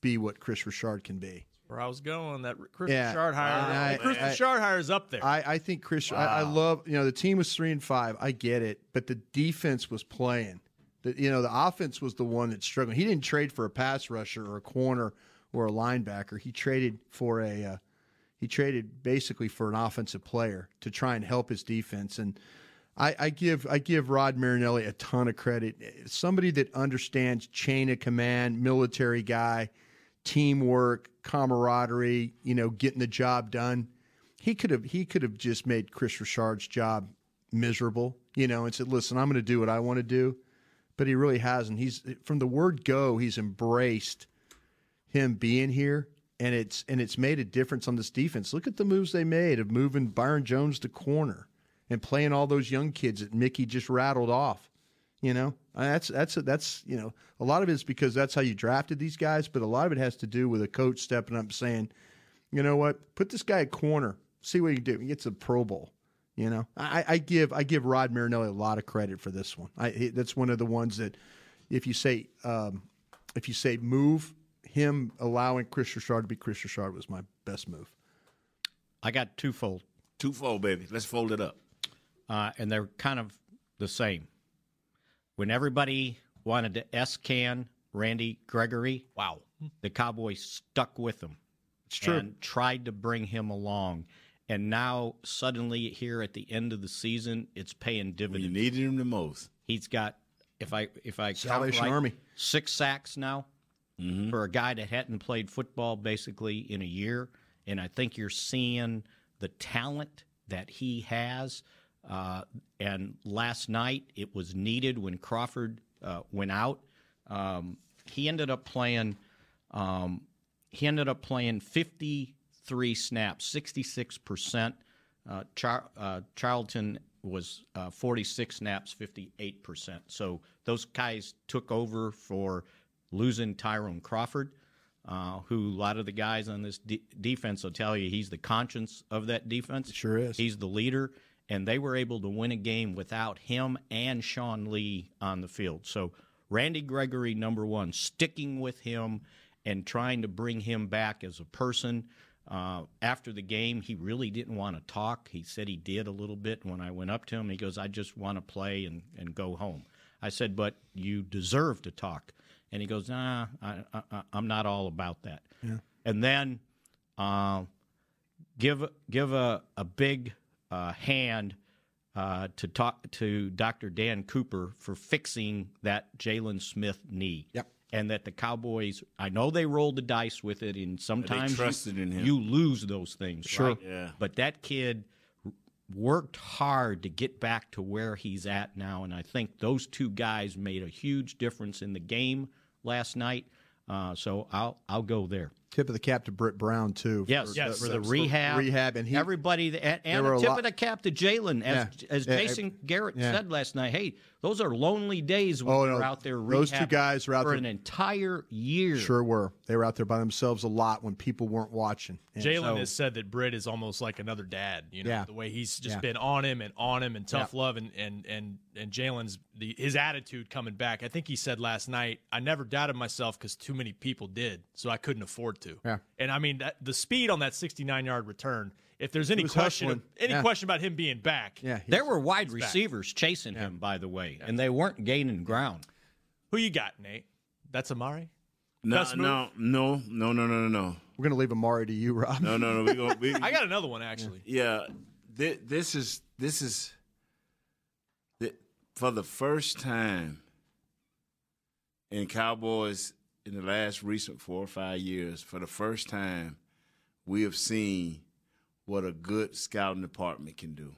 S5: be what Chris Richard can be.
S2: Where I was going, that Chris
S5: Yeah.
S2: Richard hire,
S5: I-
S2: Chris
S5: I-
S2: Richard hire is up there.
S5: I, I think Chris. I, I love you know the team was three and five. I get it, but the defense was playing. The, you know the offense was the one that struggled. He didn't trade for a pass rusher or a corner or a linebacker. He traded for a. Uh, he traded basically for an offensive player to try and help his defense and. I, I give I give Rod Marinelli a ton of credit. Somebody that understands chain of command, military guy, teamwork, camaraderie, you know, getting the job done. He could have he could have just made Chris Richard's job miserable, you know, and said, "Listen, I'm going to do what I want to do," but he really hasn't. He's from the word go, he's embraced him being here, and it's and it's made a difference on this defense. Look at the moves they made of moving Byron Jones to corner and playing all those young kids that Mickey just rattled off. You know, Uh, that's that's that's you know a lot of it's because that's how you drafted these guys, but a lot of it has to do with a coach stepping up and saying, you know what, put this guy at corner, see what he can do. He gets a Pro Bowl. You know, I, I give I give Rod Marinelli a lot of credit for this one. I, he- that's one of the ones that, if you say um, if you say move him allowing Chris Richard to be Chris Richard was my best move.
S6: I got twofold,
S3: twofold, baby. Let's fold it up.
S6: uh, and they're kind of the same. When everybody wanted to S can Randy Gregory.
S2: Wow.
S6: The Cowboys stuck with him. It's
S5: true.
S6: And tried to bring him along. And now, suddenly, here at the end of the season, it's paying
S3: When you
S6: dividends.
S3: needed him the most.
S6: He's got, if I if I count
S5: Salvation
S6: right,
S5: Army.
S6: six sacks now for a guy that hadn't played football basically in a year. And I think you're seeing the talent that he has. Uh, and last night it was needed when Crawford uh, went out. Um, he ended up playing. Um, he ended up playing 53 snaps, 66 percent. Uh, Char- uh, Charlton was uh, 46 snaps, 58 percent. So those guys took over for losing Tyrone Crawford, uh, who a lot of the guys on this de- defense will tell you he's the conscience of that defense.
S5: Sure is.
S6: He's the leader, and they were able to win a game without him and Sean Lee on the field. So Randy Gregory, number one, sticking with him and trying to bring him back as a person. Uh, after the game, he really didn't want to talk. He said he did a little bit when I went up to him. He goes, I just want to play and, and go home. I said, But you deserve to talk. And he goes, Nah, I, I, I- I'm not all about that. And then uh, give give a a big uh, hand uh, to talk to Dr. Dan Cooper for fixing that Jalen Smith knee.
S5: Yep.
S6: And that the Cowboys, I know they rolled the dice with it, and sometimes you-
S3: trusted in him.
S6: you lose those things. Sure.
S3: Yeah.
S6: But that kid worked hard to get back to where he's at now. And I think those two guys made a huge difference in the game last night. Uh, so I'll I'll go there.
S5: Tip of the cap to Britt Brown too.
S6: Yes,
S5: for,
S6: yes, for the
S5: for
S6: rehab,
S5: rehab, and he
S6: everybody, th- and, and
S5: were
S6: a
S5: a
S6: tip
S5: lot-
S6: of the cap to Jalen, as
S5: Yeah.
S6: as
S5: Yeah,
S6: Jason Garrett
S5: yeah.
S6: said last night. Hey, those are lonely days when
S5: Oh,
S6: you're
S5: no.
S6: out there.
S5: Those two
S6: rehabbing
S5: guys were out
S6: for
S5: there-
S6: an entire year.
S5: sure were. They were out there by themselves a lot when people weren't watching. And
S2: Jalen
S5: so-
S2: has said that Britt is almost like another dad. You know
S5: Yeah.
S2: the way he's just
S5: Yeah.
S2: been on him and on him and tough love and and and and Jalen's the his attitude coming back. I think he said last night, I never doubted myself because too many people did, so I couldn't afford to.
S5: Yeah.
S2: And I mean that, the speed on that 69 yard return. If there's any
S5: was
S2: question,
S5: hustling.
S2: any
S5: Yeah.
S2: question about him being back,
S5: Yeah, he-
S6: There were wide receivers chasing him, by the way, and they weren't gaining ground.
S2: who you got, Nate? That's Amari.
S3: No,
S2: Best move?
S3: no, no, no, no, no, no, no,
S5: we're going to leave Amari to you, Rob.
S3: no, no, no. We gonna, we,
S2: I got another one actually.
S3: yeah. This, this is this is thi- for the first time in Cowboys in the last recent four or five years. For the first time, we have seen what a good scouting department can do.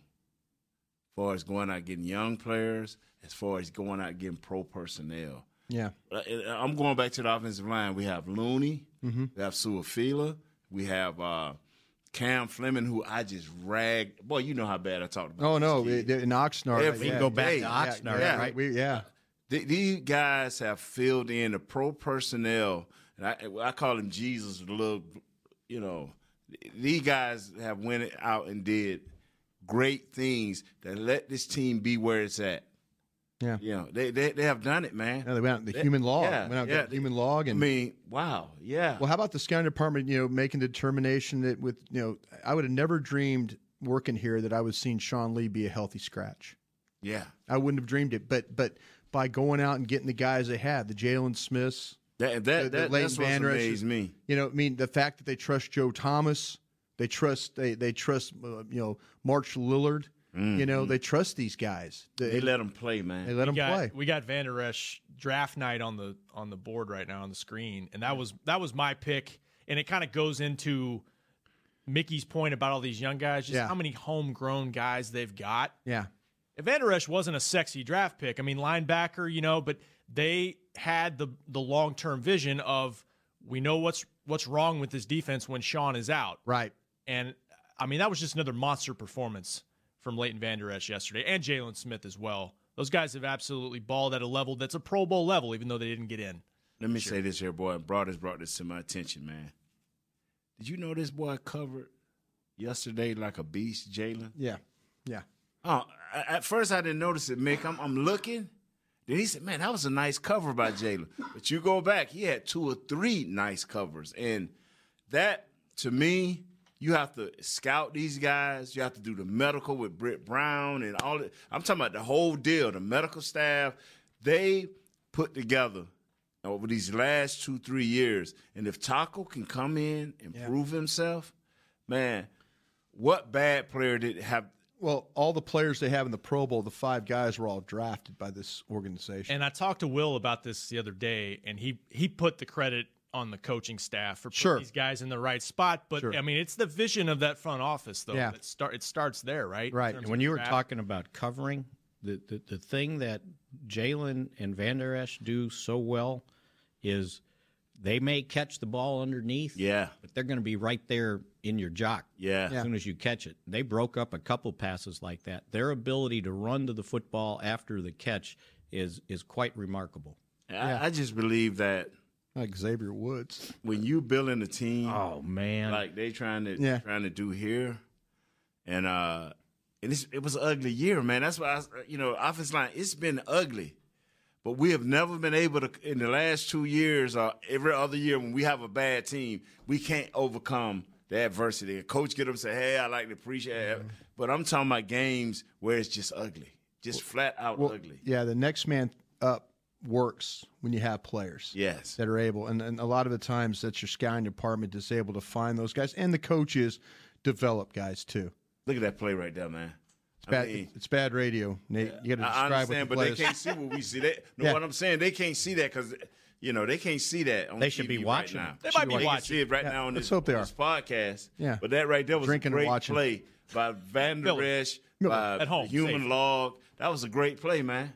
S3: far as going out getting young players, as far as going out getting pro personnel.
S5: <laughs> Yeah,
S3: Uh, I'm going back to the offensive line. We have Looney,
S5: Mm-hmm.
S3: we have Suafila, we have uh, Cam Fleming, who I just ragged. Boy, you know how bad I talked about.
S5: Oh no,
S3: this
S5: it,
S3: kid.
S5: in Oxnard.
S3: Every
S5: we yeah,
S3: go back to
S5: yeah,
S3: Oxnard,
S5: yeah,
S3: right?
S5: We, yeah,
S3: Th- these guys have filled in the pro personnel, and I, I call him Jesus. The little, you know, th- these guys have went out and did great things that let this team be where it's at.
S5: Yeah.
S3: you know, they they, they have done it, man.
S5: No, they went out the human log.
S3: Yeah,
S5: went out
S3: yeah.
S5: got the human log,
S3: I
S5: and
S3: mean, wow, yeah.
S5: well, how about the scouting department? You know, making the determination that with you know, I would have never dreamed working here that I would have seen Sean Lee be a healthy scratch.
S3: Yeah,
S5: I wouldn't have dreamed it, but but by going out and getting the guys they have, the Jalen Smiths,
S3: that
S5: The- the
S3: that, that
S5: Leighton
S3: that's what
S5: Van Rush
S3: amazed
S5: is-
S3: me.
S5: you know, I mean, the fact that they trust Joe Thomas, they trust they they trust uh, you know March Lillard, you know, they trust these guys. They,
S3: Mm-hmm. They
S5: they let,
S3: let them play, man.
S5: them
S2: We got,
S5: play.
S2: We got Van Der Esch draft night on the on the board right now on the screen, and that was that was my pick, and it kind of goes into Mickey's point about all these young guys, just
S5: Yeah.
S2: how many homegrown guys they've got.
S5: Yeah,
S2: If Van Der Esch wasn't a sexy draft pick, I mean linebacker, you know, but they had the the long term vision of we know what's what's wrong with this defense when Sean is out,
S5: right.
S2: and I mean, that was just another monster performance from Leighton Van Der Esch yesterday and Jalen Smith as well. Those guys have absolutely balled at a level that's a Pro Bowl level, even though they didn't get in.
S3: Let me say this here, boy. Broaders brought this to my attention, man. Did you know this boy covered yesterday like a beast, Jalen?
S5: Yeah, yeah.
S3: Oh, I- at first I didn't notice it, Mick. I'm, I'm looking. Then he said, "Man, that was a nice cover by Jalen." But you go back, he had two or three nice covers, and that to me, you have to scout these guys. You have to do the medical with Britt Brown and all that. I'm talking about the whole deal. The medical staff, they put together over these last two, three years. And if Taco can come in and prove himself, man, what bad player did have?
S5: Well, all the players they have in the Pro Bowl, the five guys were all drafted by this organization.
S2: And I talked to Will about this the other day, and he he put the credit on the coaching staff for putting
S5: Sure.
S2: these guys in the right spot. But
S5: Sure.
S2: I mean, it's the vision of that front office, though.
S5: Yeah.
S2: That start it starts there, right? In
S5: Right.
S2: terms
S5: And
S2: of
S6: When you were
S2: draft.
S6: talking about covering, the, the, the thing that Jalen and Van Der Esch do so well is they may catch the ball underneath,
S3: Yeah,
S6: but they're going to be right there in your jock
S3: yeah,
S6: as soon as you catch it. They broke up a couple passes like that. Their ability to run to the football after the catch is is quite remarkable.
S3: I, I just believe that
S5: Like Xavier Woods.
S3: when you building a team,
S6: Oh, man,
S3: like they trying to
S5: Yeah.
S3: trying to do here, and uh, and it's, it was an ugly year, man. That's why I, you know offense line. It's been ugly, but we have never been able to in the last two years or every other year when we have a bad team, we can't overcome the adversity. A coach get them say, "Hey, I like to appreciate," it. but I'm talking about games where it's just ugly, just flat out ugly.
S5: Yeah, the next man up works when you have players.
S3: Yes,
S5: that are able, and, and a lot of the times that's your scouting department that's able to find those guys, and the coaches develop guys too.
S3: look at that play right there, man.
S5: It's bad, it's bad radio, Nate. You got to
S3: I
S5: describe
S3: understand, but
S5: what the play
S3: they
S5: is.
S3: can't see what we see. They, no,
S5: Yeah.
S3: what I'm saying, they can't see that because you know they can't see that. On
S6: They should
S3: TV
S6: be watching
S3: Right now.
S6: it.
S2: They might be
S3: They can
S2: watching.
S3: see it right
S5: Yeah,
S3: now on
S5: let's
S3: this,
S5: hope they
S3: on this podcast.
S5: Yeah.
S3: but that right there was
S5: Drinking
S3: a
S5: and
S3: great
S5: watching.
S3: play by Van Der
S2: Miller.
S3: Esch,
S5: Miller.
S3: by
S2: At home,
S3: Human
S2: safe.
S3: Log. That was a great play, man.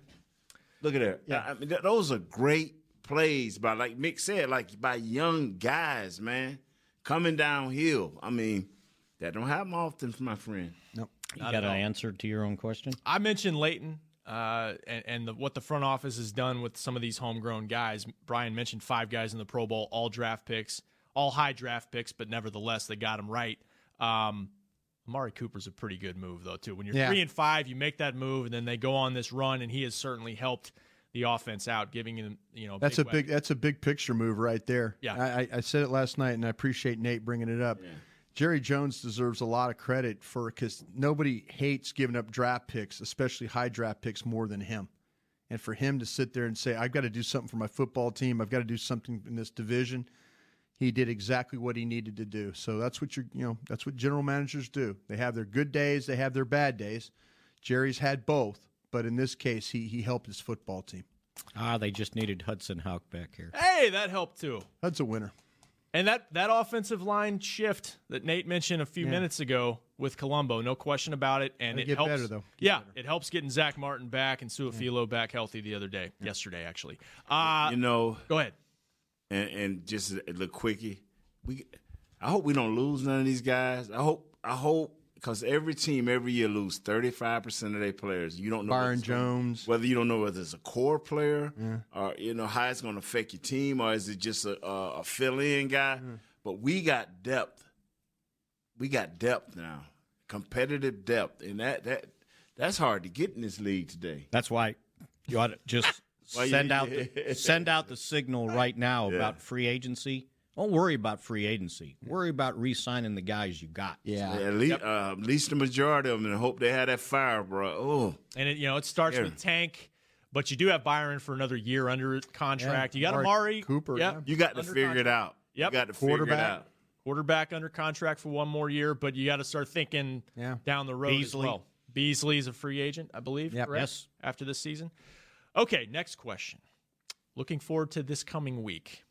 S3: Look at that. Yeah. I mean, th- those are great plays by, like Mick said, like by young guys, man, coming downhill. I mean, that don't happen often, my friend.
S6: you got an answer to your own question?
S2: I mentioned Leighton uh, and, and the, what the front office has done with some of these homegrown guys. Brian mentioned five guys in the Pro Bowl, all draft picks, all high draft picks, but nevertheless, they got them right. Um, Amari Cooper's a pretty good move, though, too. When you're
S5: Yeah.
S2: three and five, you make that move, and then they go on this run, and he has certainly helped the offense out, giving them, you know,
S5: That's a
S2: weapon.
S5: big. That's a big picture move right there.
S2: Yeah.
S5: I, I- I said it last night, and I appreciate Nate bringing it up. Jerry Jones deserves a lot of credit for because nobody hates giving up draft picks, especially high draft picks, more than him. And for him to sit there and say, "I've got to do something for my football team. I've got to do something in this division," he did exactly what he needed to do. So that's what you're, you know, that's what general managers do. They have their good days, they have their bad days. Jerry's had both, but in this case, he he helped his football team.
S6: Ah, they just needed Hudson Hawk back here.
S2: Hey, that helped too.
S5: That's a winner.
S2: And that that offensive line shift that Nate mentioned a few minutes ago with Colombo, no question about it. And
S5: Gotta
S2: it
S5: get
S2: helps.
S5: better, though. Get
S2: yeah, it helps getting Zach Martin back and Suafilo back healthy the other day, yesterday actually. Uh,
S3: you know,
S2: go ahead.
S3: and and just a little quickie. We, I hope we don't lose none of these guys. I hope I hope because every team every year lose thirty five percent of their players. You don't know
S5: Byron
S3: whether it's gonna-
S5: Jones.
S3: Whether you don't know whether it's a core player or you know how it's going to affect your team or is it just a, a, a fill in guy. But we got depth. We got depth now, competitive depth, and that that that's hard to get in this league today.
S6: That's why you ought to
S3: <laughs>
S6: just
S3: you-
S6: send
S3: <laughs>
S6: out the, send out the signal right now about free agency. Don't worry about free agency. Worry about re-signing the guys you got.
S5: Yeah.
S3: At least, uh, at least the majority of them, and hope they had that fire, bro. Oh,
S2: And it, you know, it starts with Tank, but you do have Byron for another year under contract. you got
S5: Amari
S2: Amari
S5: Cooper,
S2: Yep.
S5: yeah.
S3: You got to
S2: Under
S3: figure it out.
S2: Yep.
S3: You got to figure it
S5: Quarterback.
S3: out.
S2: quarterback under contract for one more year, but you got to start thinking
S5: Yeah.
S2: down the road
S6: Beasley.
S2: as well. Beasley's a free agent, I believe.
S5: Yep.
S2: correct?
S6: Yes.
S2: After this season. Okay, next question. Looking forward to this coming week.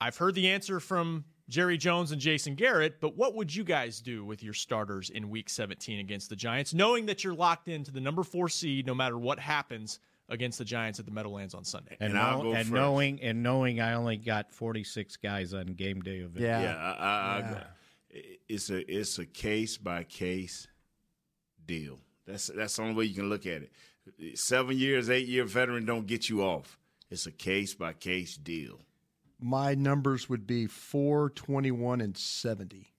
S2: I've heard the answer from Jerry Jones and Jason Garrett, but what would you guys do with your starters in week 17 against the Giants, knowing that you're locked into the number four seed no matter what happens against the Giants at the Meadowlands on Sunday?
S6: And,
S3: And I'll
S6: know-
S3: go
S6: and
S3: first.
S6: knowing and knowing I only got 46 guys on game day of it.
S5: Yeah.
S3: Yeah, I, I, I, it's a it's a case by case deal. That's that's the only way you can look at it. Seven years, eight year veteran don't get you off. It's a case by case deal.
S5: My numbers would be 4, 21, and 70.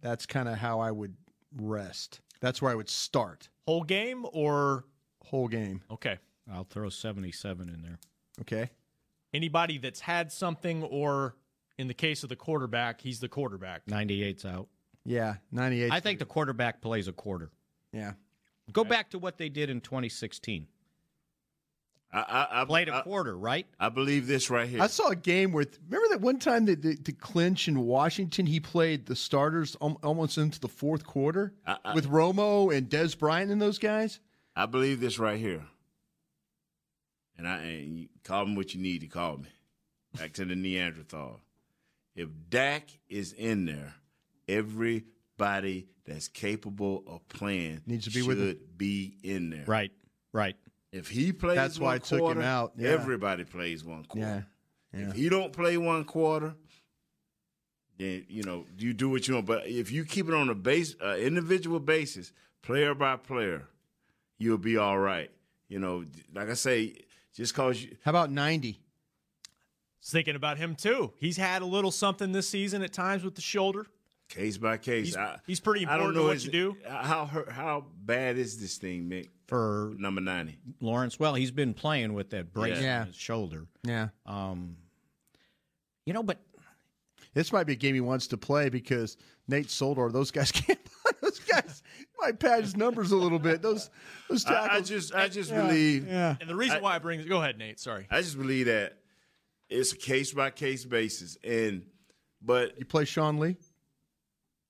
S5: That's kind of how I would rest. That's where I would start
S2: Whole game or
S5: whole game.
S2: okay.
S6: I'll throw 77 in there.
S5: Okay.
S2: anybody that's had something or in the case of the quarterback, he's the quarterback.
S6: 98's out.
S5: Yeah. 98.
S6: I think the quarterback plays a quarter.
S5: Yeah.
S6: Go back to what they did in 2016.
S3: I, I, I
S6: Played
S5: Uh,
S3: I-
S6: a quarter, right?
S3: I believe this right here.
S5: I saw a game where remember that one time that the, the clinch in Washington he played the starters al- almost into the fourth quarter
S6: Uh,
S5: with Romo and Des Bryant and those guys.
S3: I believe this right here. And I and you call me what you need to call me. Back to the Neanderthal. If Dak is in there, everybody that's capable of playing
S5: Needs to be
S3: should
S5: with him.
S3: be in there.
S6: Right, right.
S3: If he plays
S5: That's why
S3: one
S5: I took him
S3: quarter,
S5: out, yeah.
S3: everybody plays one
S5: Yeah,
S3: quarter. If he don't play one quarter, then you know you do what you want. But if you keep it on a base, uh, individual basis, player by player, you'll be all right. You know, like I say, just cause you.
S5: how about ninety?
S2: was thinking about him too. He's had a little something this season at times with the shoulder.
S3: Case by case,
S2: He's-
S3: I,
S2: he's pretty
S3: I don't
S2: important to
S3: know
S2: what
S3: his-
S2: you do.
S3: How hurt- how bad is this thing, Mick?
S6: For
S3: Number ninety.
S6: Lawrence, well, he's been playing with that brace
S5: Yeah.
S6: on his shoulder.
S5: Yeah,
S6: Um, you know, but
S5: this might be a game he wants to play because Nate Soldor, those guys <laughs> can't. those guys might pad his numbers a little bit. Those
S3: <laughs>
S5: those
S3: I, I
S5: tackles.
S3: just I just believe
S5: yeah,
S2: And the reason
S3: I-
S2: why I bring this, go ahead, Nate. Sorry.
S3: I just believe that it's a case by case basis, and but
S5: you play Sean Lee.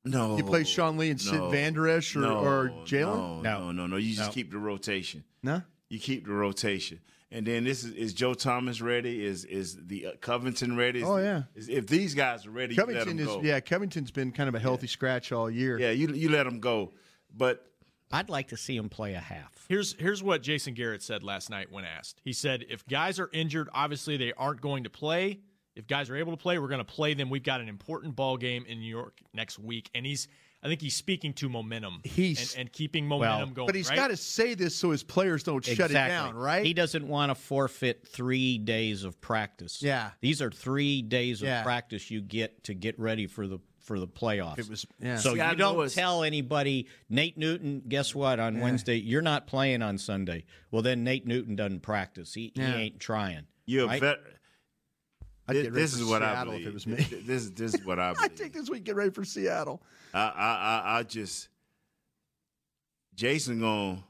S3: No.
S5: You play Sean Lee and Sid Van Der Esch or- or
S3: No,
S5: Jalen?
S6: No.
S3: no, no, no. You just
S6: No.
S3: keep the rotation.
S5: No,
S3: You keep the rotation. And then this is, is Joe Thomas ready? Is is the uh, Covington ready? Is-
S5: Oh, yeah.
S3: Is, if these guys are ready, you let
S5: Covington
S3: them
S5: is
S3: go.
S5: yeah. Covington's been kind of a healthy scratch all year.
S3: yeah. You you let them go, but
S6: I'd like to see him play a half.
S2: Here's here's what Jason Garrett said last night when asked. He said, "If guys are injured, obviously they aren't going to play. If guys are able to play, we're going to play them. We've got an important ball game in New York next week." And he's, I think he's speaking to momentum.
S5: He's-
S2: and, and keeping momentum
S6: Well,
S2: going.
S5: But he's
S2: right?
S5: got to say this so his players don't shut it down, right?
S6: He doesn't want to forfeit three days of practice.
S5: Yeah.
S6: these are three days
S5: Yeah.
S6: of practice you get to get ready for the for the playoffs. It was
S5: yeah.
S6: so
S3: See,
S6: you
S3: I know
S6: don't
S3: it's-
S6: tell anybody. Nate Newton, guess what? On Wednesday, you're not playing on Sunday. Well, then Nate Newton doesn't practice. He,
S5: Yeah.
S6: he ain't trying.
S3: you're
S6: Right.
S3: vet-
S5: I'd
S3: thi-
S5: get ready
S3: this
S5: for
S3: is what I
S5: Seattle
S3: believe.
S5: if it was me. <laughs>
S3: Th- th- This this is what I
S5: I
S3: believe.
S5: think this week get ready for Seattle.
S3: I I I, I just Jason going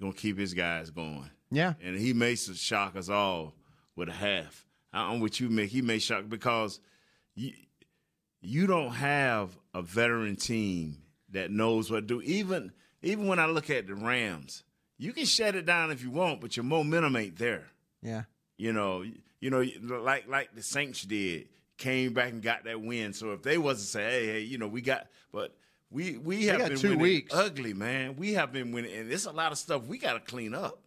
S3: gonna keep his guys going.
S5: Yeah.
S3: and he may s- shock us all with a half. I- I'm with you, Mick. He may shock because you you don't have a veteran team that knows what to do. Even even when I look at the Rams, you can shut it down if you want, but your momentum ain't there.
S5: Yeah.
S3: You know, you know, like like the Saints did, came back and got that win. So if they wasn't say, hey, hey, you know, we got, but we we have
S5: got
S3: been
S5: two
S3: winning
S5: weeks.
S3: ugly, man. We have been winning, and there's a lot of stuff we got to clean up.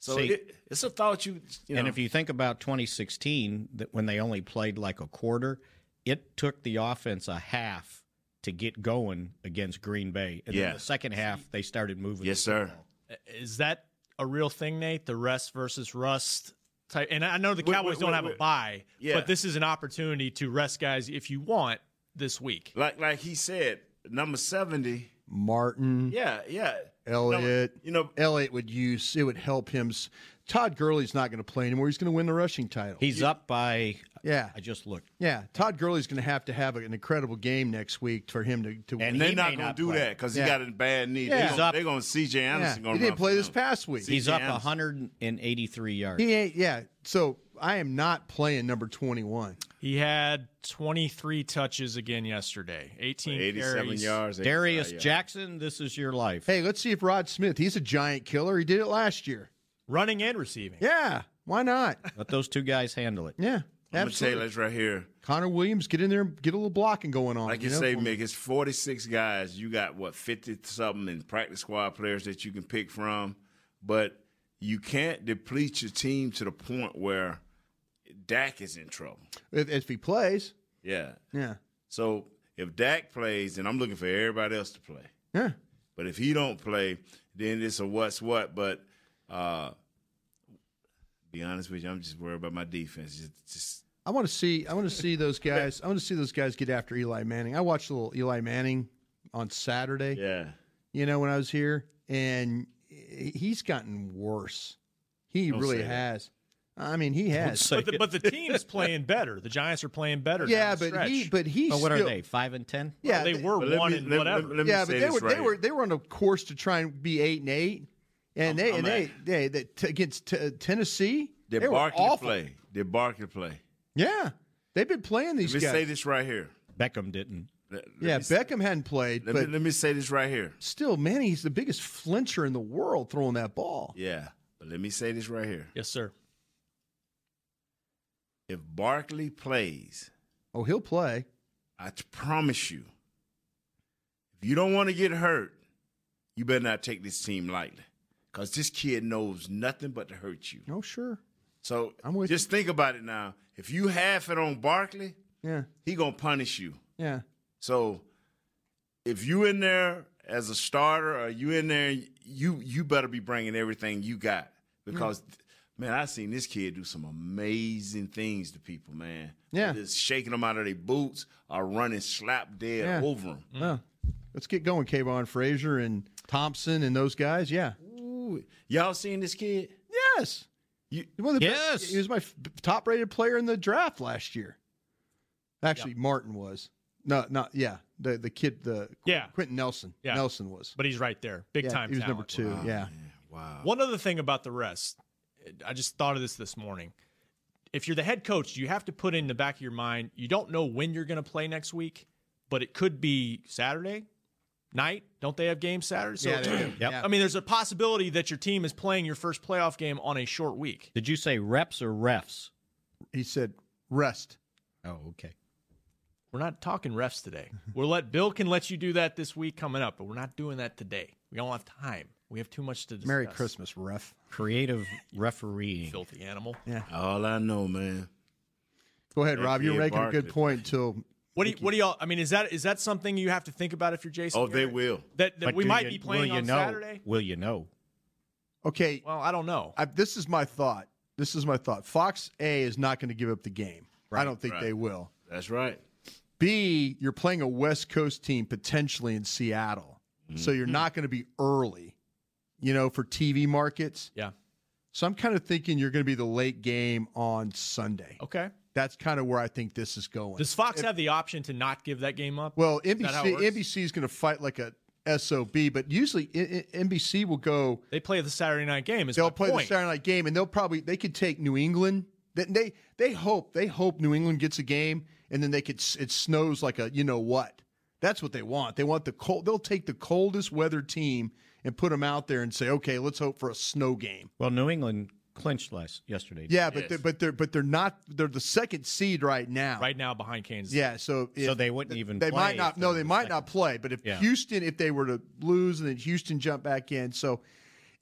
S3: So
S6: See-
S3: it, it's a thought you, you know,
S6: And if you think about 2016, that when they only played like a quarter, it took the offense a half to get going against Green Bay. And
S3: Yeah.
S6: then the second half, they started moving.
S3: yes, sir.
S2: Uh, Is that a real thing, Nate? The rest versus rust type. And I know the
S3: Wait,
S2: Cowboys
S3: wait,
S2: don't
S3: wait,
S2: have a
S3: wait.
S2: bye,
S3: Yeah.
S2: but this is an opportunity to rest guys if you want this week.
S3: Like like he said, number seventy.
S5: Martin,
S3: Yeah, yeah.
S5: Elliott.
S3: you know,
S5: Elliott would use it would help him. s- Todd Gurley's not going to play anymore. He's going to win the rushing title.
S6: He's up by,
S5: yeah.
S6: I just looked.
S5: Yeah. Todd Gurley's going to have to have an incredible game next week for him to, to
S6: And
S3: and
S5: win.
S3: they're
S6: he
S3: not
S6: may
S3: gonna
S6: not
S3: do
S6: play.
S3: that because
S5: Yeah.
S3: he got a bad knee.
S5: Yeah.
S3: They're,
S5: He's
S3: gonna,
S6: up.
S3: they're gonna CJ Anderson.
S5: yeah.
S3: Gonna
S5: He
S3: run
S5: didn't play
S3: for
S5: this
S3: him.
S5: past week.
S6: He's up
S3: Anderson.
S6: 183 yards.
S5: he ain't. Yeah. So I am not playing number twenty one.
S2: He had 23 touches again yesterday. 18
S3: Eighty-seven
S2: carries.
S3: yards.
S6: Darius
S3: 85 yards.
S6: Jackson, this is your life.
S5: Hey, let's see if Rod Smith. He's a giant killer. He did it last year.
S2: running and receiving.
S5: Yeah. Why not?
S6: Let those two guys handle it.
S5: Yeah.
S3: <laughs> I'm gonna tell you
S5: absolutely.
S3: this right here.
S5: Connor Williams, get in there, and get a little blocking going on.
S3: Like you
S5: know?
S3: say, Mick, it's 46 guys. You got what 50 something in practice squad players that you can pick from, but you can't deplete your team to the point where Dak is in trouble.
S5: if, if he plays,
S3: Yeah.
S5: yeah,
S3: So if Dak plays, then I'm looking for everybody else to play.
S5: yeah,
S3: But if he don't play, then it's a what's what. But uh be honest with you, I'm just worried about my defense. Just, just
S5: I want to see. I want to see those guys. I want to see those guys get after Eli Manning. I watched a little Eli Manning on Saturday.
S3: yeah.
S5: You know when I was here, and he- he's gotten worse. He really
S3: say that.
S5: has. I mean, he has.
S2: But the, but
S3: <laughs>
S2: the team's playing better. The Giants are playing better.
S5: Yeah,
S2: down the
S5: but he.
S2: stretch.
S5: But he.
S6: But oh, what are
S5: still-
S6: they, 5 and 10?
S5: Yeah,
S2: they were
S3: But let
S2: one
S3: me-
S2: and
S3: let-
S2: whatever.
S3: let- let me
S5: yeah,
S3: say
S5: but they
S3: this
S5: were
S3: right
S5: they were
S3: here.
S5: they were on a course to try and be eight and eight, And they
S3: I'm
S5: and they, they they t- against t- Tennessee.
S3: They're
S5: they were
S3: barking to
S5: awful.
S3: play. They're barking to play.
S5: Yeah, they've been playing these
S3: Let me
S5: guys.
S3: say this right here.
S6: Beckham didn't.
S3: Let, let
S5: yeah,
S3: me say-
S5: Beckham hadn't played,
S3: Let,
S5: but
S3: me, let me say this right here.
S5: still, man, he's the biggest flincher in the world throwing that ball.
S3: Yeah, but let me say this right here.
S2: Yes, sir.
S3: If Barkley plays,
S5: Oh, he'll play.
S3: I t- promise you, if you don't want to get hurt, you better not take this team lightly. Because this kid knows nothing but to hurt you.
S5: Oh, sure.
S3: So
S5: I'm with
S3: just think about it now. If you half it on Barkley,
S5: Yeah,
S3: he going to punish you.
S5: yeah.
S3: So if you in there as a starter or you in there, you you better be bringing everything you got
S5: Mm.
S3: because man, I seen this kid do some amazing things to people, man.
S5: Yeah.
S3: just shaking them out of their boots or running slap dead
S5: Yeah.
S3: over them.
S2: Mm.
S5: Well, let's get going, Kayvon Frazier and Thompson and those guys. Yeah.
S3: Y'all seen this kid?
S5: Yes. One of the best-
S6: Yes.
S5: he was my f- top-rated player in the draft last year. Actually, Martin was. No, not yeah. The the kid, the
S2: Yeah.
S5: Quentin Nelson.
S2: Yeah.
S5: Nelson was.
S2: But he's right there. Big
S5: yeah,
S2: time.
S5: He was number
S2: talent.
S5: two. Yeah.
S3: Wow.
S2: One other thing about the rest, I just thought of this this morning. If you're the head coach, you have to put in the back of your mind, you don't know when you're going to play next week, but it could be Saturday night. Don't they have games Saturday? So,
S5: Yeah, they do. Yep.
S2: I mean, there's a possibility that your team is playing your first playoff game on a short week.
S6: Did you say reps or refs?
S5: He said rest.
S6: Oh, okay.
S2: We're not talking refs today.
S5: Mm-hmm.
S2: We'll let Bill can let you do that this week coming up, but we're not doing that today. We don't have time. We have too much to discuss.
S5: Merry Christmas, ref.
S6: Creative refereeing.
S2: filthy animal.
S3: All I know, man.
S5: Go ahead,
S3: That
S5: Rob. You're
S3: kid
S5: making a
S3: Barkley.
S5: good point until
S2: What do you, what do y'all? I mean, is that is that something you have to think about if you're Jason?
S3: Oh, they
S2: Garrett?
S3: will.
S2: That, that
S6: But
S2: we
S6: do
S2: might
S6: you-
S2: be playing
S6: will you
S2: on
S6: know,
S2: Saturday.
S6: Will you know?
S5: Okay.
S2: Well, I don't know.
S5: I, this is my thought. This is my thought. Fox A is not going to give up the game. I don't think
S3: right.
S5: they will.
S3: That's right.
S5: B, you're playing a West Coast team potentially in Seattle.
S2: Mm-hmm.
S5: So you're not going to be early, you know, for TV markets.
S2: yeah.
S5: So I'm kind of thinking you're going to be the late game on Sunday.
S2: Okay.
S5: That's kind of where I think this is going.
S2: Does Fox have the option to not give that game up?
S5: well,
S2: that how it
S5: NBC
S2: works?
S5: NBC is going to fight like a SOB, but usually I- I- NBC will go
S2: they play the Saturday night game. Is
S5: they'll
S2: my
S5: play
S2: point.
S5: the Saturday night game, and they'll probably they could take New England. They they, they hope they hope New England gets a game, and then they could s- it snows like a you know what. That's what they want. They want the cold. They'll take the coldest weather team and put them out there and say, okay, let's hope for a snow game.
S6: Well, New England clinched last yesterday.
S5: Yeah, but they're, but they're but they're not. They're the second seed right now.
S2: Right now, behind Kansas.
S5: Yeah. So
S6: So
S5: if-
S6: they wouldn't even.
S5: They
S6: play
S5: might
S6: if
S5: not.
S6: they
S5: No,
S6: were
S5: they
S6: the
S5: might
S6: second.
S5: not play. But if
S6: Yeah.
S5: Houston, if they were to lose and then Houston jump back in, so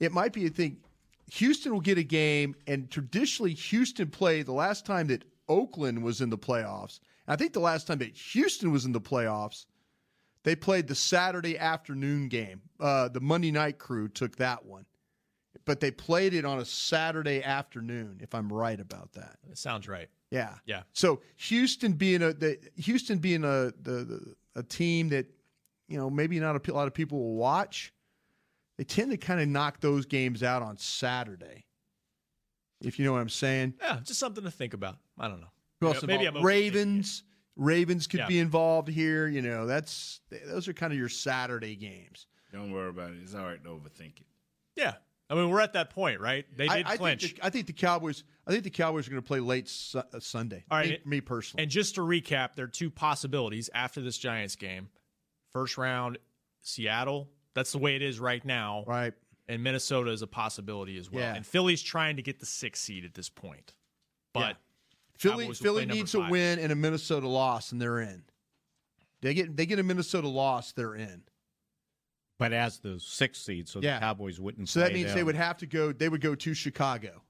S5: it might be a thing. Houston will get a game, and traditionally Houston played the last time that Oakland was in the playoffs. I think the last time that Houston was in the playoffs, they played the Saturday afternoon game. Uh, the Monday night crew took that one, but they played it on a Saturday afternoon. If I'm right about that.
S2: That sounds right.
S5: Yeah.
S2: Yeah.
S5: So Houston being a the, Houston being a the, the a team that you know maybe not a pe- lot of people will watch, they tend to kind of knock those games out on Saturday. If you know what I'm saying.
S2: Yeah. Just something to think about. I don't know.
S5: Who else
S2: Maybe
S5: involved?
S2: I'm overthinking
S5: Ravens. Ravens could
S2: Yeah.
S5: be involved here. You know, that's those are kind of your Saturday games.
S3: Don't worry about it. It's all right to overthink it.
S2: Yeah. I mean, we're at that point, right? They
S5: I-
S2: did
S5: I,
S2: clinch.
S5: Think the, I think the Cowboys. I think the Cowboys are going to play late su- uh, Sunday.
S2: All right,
S5: Me-
S2: it-
S5: me, personally.
S2: And just to recap, there are two possibilities after this Giants game. First round, Seattle. That's the way it is right now.
S5: right.
S2: And Minnesota is a possibility as well.
S5: Yeah.
S2: And Philly's trying to get the sixth seed at this point. But
S5: Philly,
S2: Cowboys will play
S5: Philly
S2: number
S5: needs a
S2: five.
S5: win and a Minnesota loss, and they're in. They get they get a Minnesota loss, they're in.
S6: But as the sixth seed, so
S5: Yeah.
S6: the Cowboys wouldn't.
S5: So that
S6: play
S5: means they
S6: them.
S5: would have to go. They would go to Chicago,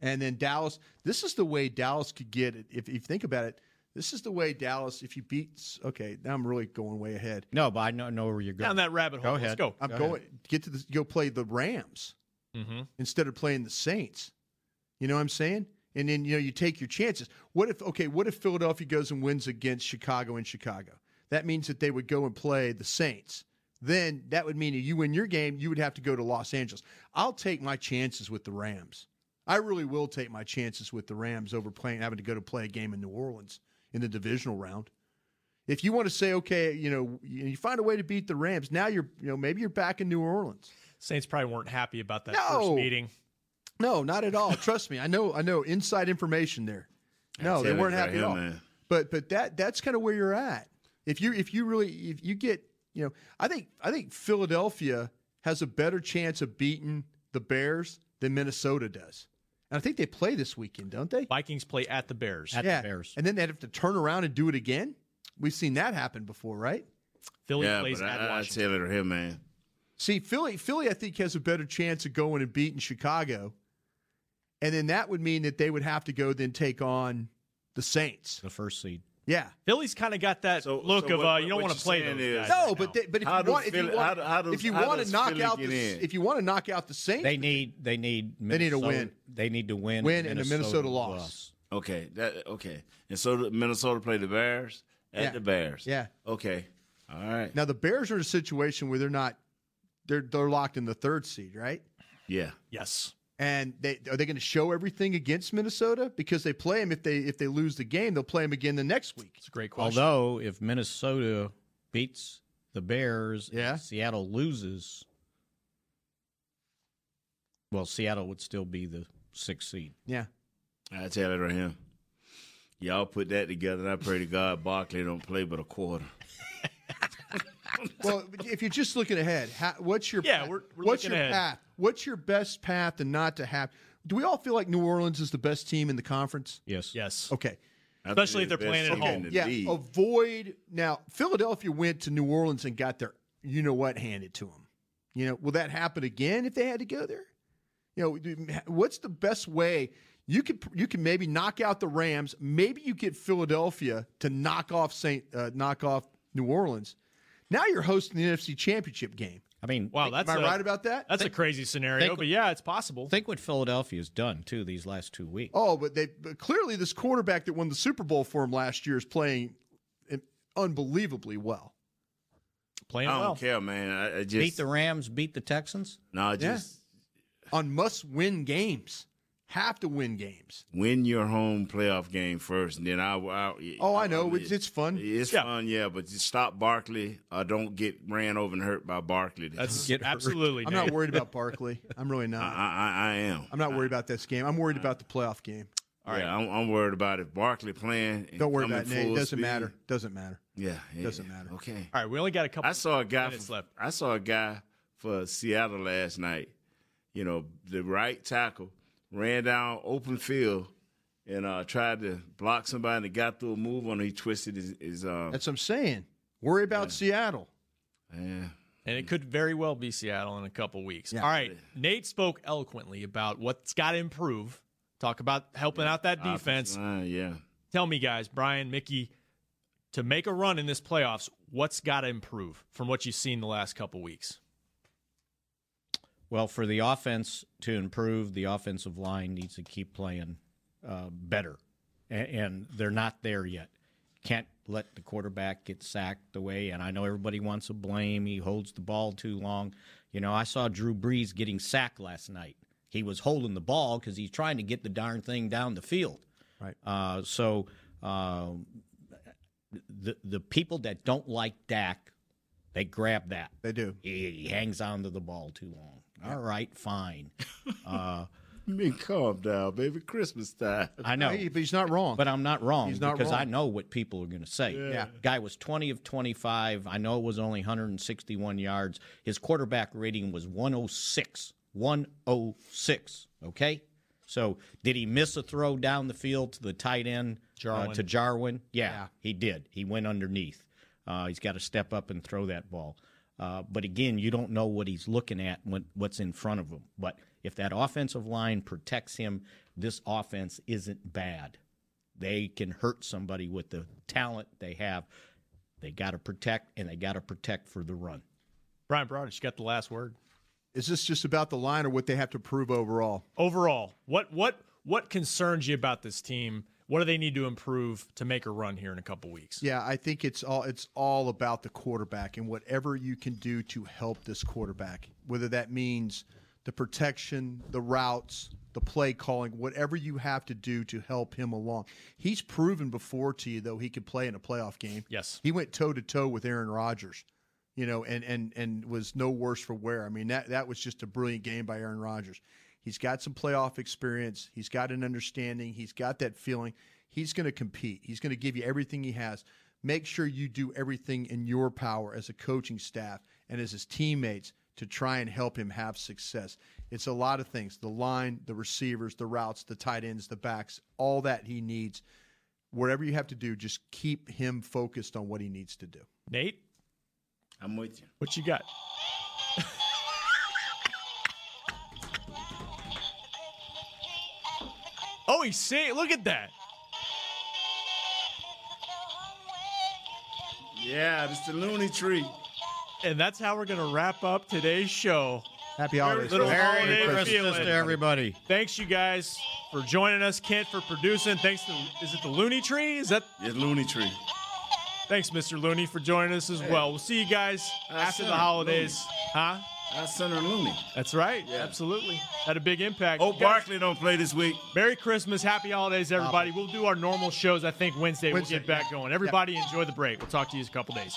S5: and then Dallas. This is the way Dallas could get it. If, if you think about it, this is the way Dallas. If you beat, okay, now I'm really going way ahead.
S6: No, but I know, know where you're going.
S2: down that rabbit hole.
S6: Go ahead.
S2: Let's go.
S5: I'm going get to the, go play the Rams
S2: Mm-hmm.
S5: instead of playing the Saints. You know what I'm saying? And then you know you take your chances. What if okay? What if Philadelphia goes and wins against Chicago in Chicago? That means that they would go and play the Saints. Then that would mean if you win your game, you would have to go to Los Angeles. I'll take my chances with the Rams. I really will take my chances with the Rams over playing having to go to play a game in New Orleans in the divisional round. If you want to say okay, you know, you you find a way to beat the Rams. Now you're you know maybe you're back in New Orleans.
S2: Saints probably weren't happy about that
S5: No.
S2: first meeting.
S5: No, not at all. Trust me, I know. I know inside information there. No, they
S3: That's it
S5: weren't
S3: right
S5: happy at
S3: here,
S5: all.
S3: man.
S5: But but that that's kind of where you're at. If you if you really if you get you know I think I think Philadelphia has a better chance of beating the Bears than Minnesota does, and I think they play this weekend, don't they?
S2: Vikings play at the Bears.
S6: At
S5: yeah,
S6: the Bears.
S5: and then they have to turn around and do it again. We've seen that happen before, right?
S2: Philly
S3: Yeah,
S2: plays
S3: but
S2: at
S3: I, I
S2: Washington.
S3: tell it right here, man.
S5: See, Philly, Philly, I think has a better chance of going and beating Chicago, and then that would mean that they would have to go then take on the Saints.
S6: the first seed.
S5: Yeah,
S2: Philly's kind of got that
S3: So-
S2: look
S3: so
S2: of
S3: what-
S2: uh, you don't
S3: what
S2: want
S3: you're
S2: to play
S3: saying
S2: those guys
S3: is-
S5: no,
S2: right
S5: but
S2: now.
S5: they, but if
S3: How
S5: you
S3: does
S5: want, if you
S3: Philly-
S5: want,
S3: how- how does-
S5: if you
S3: how
S5: want to
S3: does
S5: knock
S3: Philly
S5: out
S3: get
S5: the,
S3: in?
S5: if you want to knock out the Saints,
S6: They need they need
S5: They need a
S6: Minnesota-
S5: win.
S6: They need to win.
S5: Win and a Minnesota loss.
S3: Okay, that okay. And so the- Minnesota played the Bears at
S5: Yeah.
S3: the Bears.
S5: Yeah.
S3: Okay. All right.
S5: now the Bears are in a situation where they're not, they're they're locked in the third seed, right?
S3: Yeah.
S2: yes.
S5: And they are they going to show everything against Minnesota because they play them if they if they lose the game, they'll play them again the next week.
S2: It's a great question.
S6: Although if Minnesota beats the Bears, and
S5: Yeah.
S6: Seattle loses. Well, Seattle would still be the sixth seed.
S5: Yeah,
S3: I tell it right here. Y'all put that together, and I pray to God Barkley don't play but a quarter.
S5: Well, if you're just looking ahead, ha what's your
S2: Yeah,
S5: path?
S2: we're- we're
S5: what's your
S2: looking ahead.
S5: path? What's your best path and not to have? Do we all feel like New Orleans is the best team in the conference?
S6: Yes.
S2: yes.
S5: Okay,
S3: I think
S2: Especially if
S3: the
S2: they're playing
S3: best
S2: at
S3: team
S2: home.
S3: in the
S5: yeah. Oh,
S3: league.
S5: Avoid now. Philadelphia went to New Orleans and got their you know what handed to them. You know, will that happen again if they had to go there? You know, what's the best way? You could you can maybe knock out the Rams. Maybe you get Philadelphia to knock off Saint uh, knock off New Orleans. Now you're hosting the NFC Championship game.
S6: I mean,
S2: Wow,
S6: think,
S2: that's
S5: Am I
S2: a-
S5: right about that?
S2: That's a crazy scenario,
S6: think-
S2: but yeah, it's possible.
S6: think what Philadelphia's done too these last two weeks.
S5: Oh, but they but clearly this quarterback that won the Super Bowl for him last year is playing um, unbelievably well.
S2: Playing
S3: I don't
S2: well.
S3: care, man. I, I just
S6: beat the Rams, beat the Texans.
S3: no, I just
S5: On must-win games, have to win games.
S3: win your home playoff game first, and then I. I
S5: Oh, I know it's, it's fun.
S3: It's
S2: Yeah.
S3: fun, yeah, but just stop Barkley. I don't get ran over and hurt by Barkley.
S2: That's
S6: Get hurt.
S2: absolutely.
S5: I'm not
S2: Nate.
S5: worried about Barkley. I'm really
S3: I,
S5: not.
S3: I, I am.
S5: I'm not worried about this game. I'm worried about the playoff game.
S3: All right, I'm, I'm worried about if Barkley playing. and
S5: Don't worry
S3: coming
S5: about it. Nate. It
S3: full
S5: doesn't
S3: speed.
S5: matter. Doesn't matter.
S3: Yeah, yeah,
S5: Doesn't matter.
S3: Okay.
S2: All right, we only got a couple.
S3: I saw a guy.
S2: minutes
S3: For,
S2: left.
S3: I saw a guy for Seattle last night. You know, the right tackle ran down open field and uh, tried to block somebody and got through a move on. He twisted his. his uh,
S5: That's what I'm saying. Worry about Seattle.
S3: yeah.
S2: And it could very well be Seattle in a couple weeks. All right. Nate spoke eloquently about what's got to improve. Talk about helping out that defense.
S3: Offensive line, yeah.
S2: Tell me, guys, Brian, Mickey, to make a run in this playoffs, what's got to improve from what you've seen the last couple weeks?
S6: Well, for the offense to improve, the offensive line needs to keep playing uh, better, A- and they're not there yet. Can't let the quarterback get sacked away. And I know everybody wants to blame. He holds the ball too long. You know, I saw Drew Brees getting sacked last night. He was holding the ball because he's trying to get the darn thing down the field.
S5: Right.
S6: Uh, so um, the the people that don't like Dak, they grab that
S5: They do.
S6: he, he hangs on to the ball too long. All right, fine. Uh,
S3: You mean calm down, baby. Christmas time.
S6: I know,
S5: Hey, but he's not wrong.
S6: but I'm not wrong
S5: He's not
S6: because
S5: wrong.
S6: I know what people are going to say.
S5: Yeah.
S6: guy was 20 of 25. I know it was only 161 yards. His quarterback rating was 106. 106. Okay, so did he miss a throw down the field to the tight end uh,
S2: Jarwin.
S6: to Jarwin? Yeah, he did. He went underneath. Uh, he's got to step up and throw that ball. Uh, but again, you don't know what he's looking at, what, what's in front of him. But if that offensive line protects him, this offense isn't bad. They can hurt somebody with the talent they have. They got to protect, and they got to protect for the run.
S2: Brian Broadish, you got the last word.
S5: Is this just about the line or what they have to prove overall?
S2: Overall, what what what concerns you about this team? What do they need to improve to make a run here in a couple weeks?
S5: Yeah, I think it's all it's all about the quarterback and whatever you can do to help this quarterback, whether that means the protection, the routes, the play calling, whatever you have to do to help him along. He's proven before to you though he could play in a playoff game.
S2: Yes.
S5: He went toe to toe with Aaron Rodgers. you know, and and and was no worse for wear. I mean, that that was just a brilliant game by Aaron Rodgers. He's got some playoff experience. He's got an understanding. He's got that feeling. He's going to compete. He's going to give you everything he has. Make sure you do everything in your power as a coaching staff and as his teammates to try and help him have success. It's a lot of things the line, the receivers, the routes, the tight ends, the backs, all that he needs. Whatever you have to do, just keep him focused on what he needs to do.
S2: Nate,
S3: I'm with you.
S2: what you got? <laughs> oh, he's saying, look at that.
S3: Yeah, it's the loony tree.
S2: And that's how we're going to wrap up today's show.
S5: Happy holidays.
S2: Little
S5: guys.
S2: holiday
S4: Merry Christmas
S2: feeling.
S4: to everybody.
S2: Thanks, you guys, for joining us. Kent for producing. Thanks to, is it the Looney Tree? Is that,
S3: It's loony tree.
S2: thanks, Mr. Looney, for joining us as well. We'll see you guys
S3: I
S2: after the
S3: said
S2: holidays. Huh?
S3: That's Senator Looney.
S2: That's right.
S3: Yeah.
S2: Absolutely. Had a big impact.
S3: Oh,
S2: Guys,
S3: Barkley don't play this week.
S2: Merry Christmas. Happy holidays, everybody. We'll do our normal shows, I think, Wednesday.
S5: Wednesday,
S2: we'll get back going. Everybody, enjoy the break. We'll talk to you in a couple days.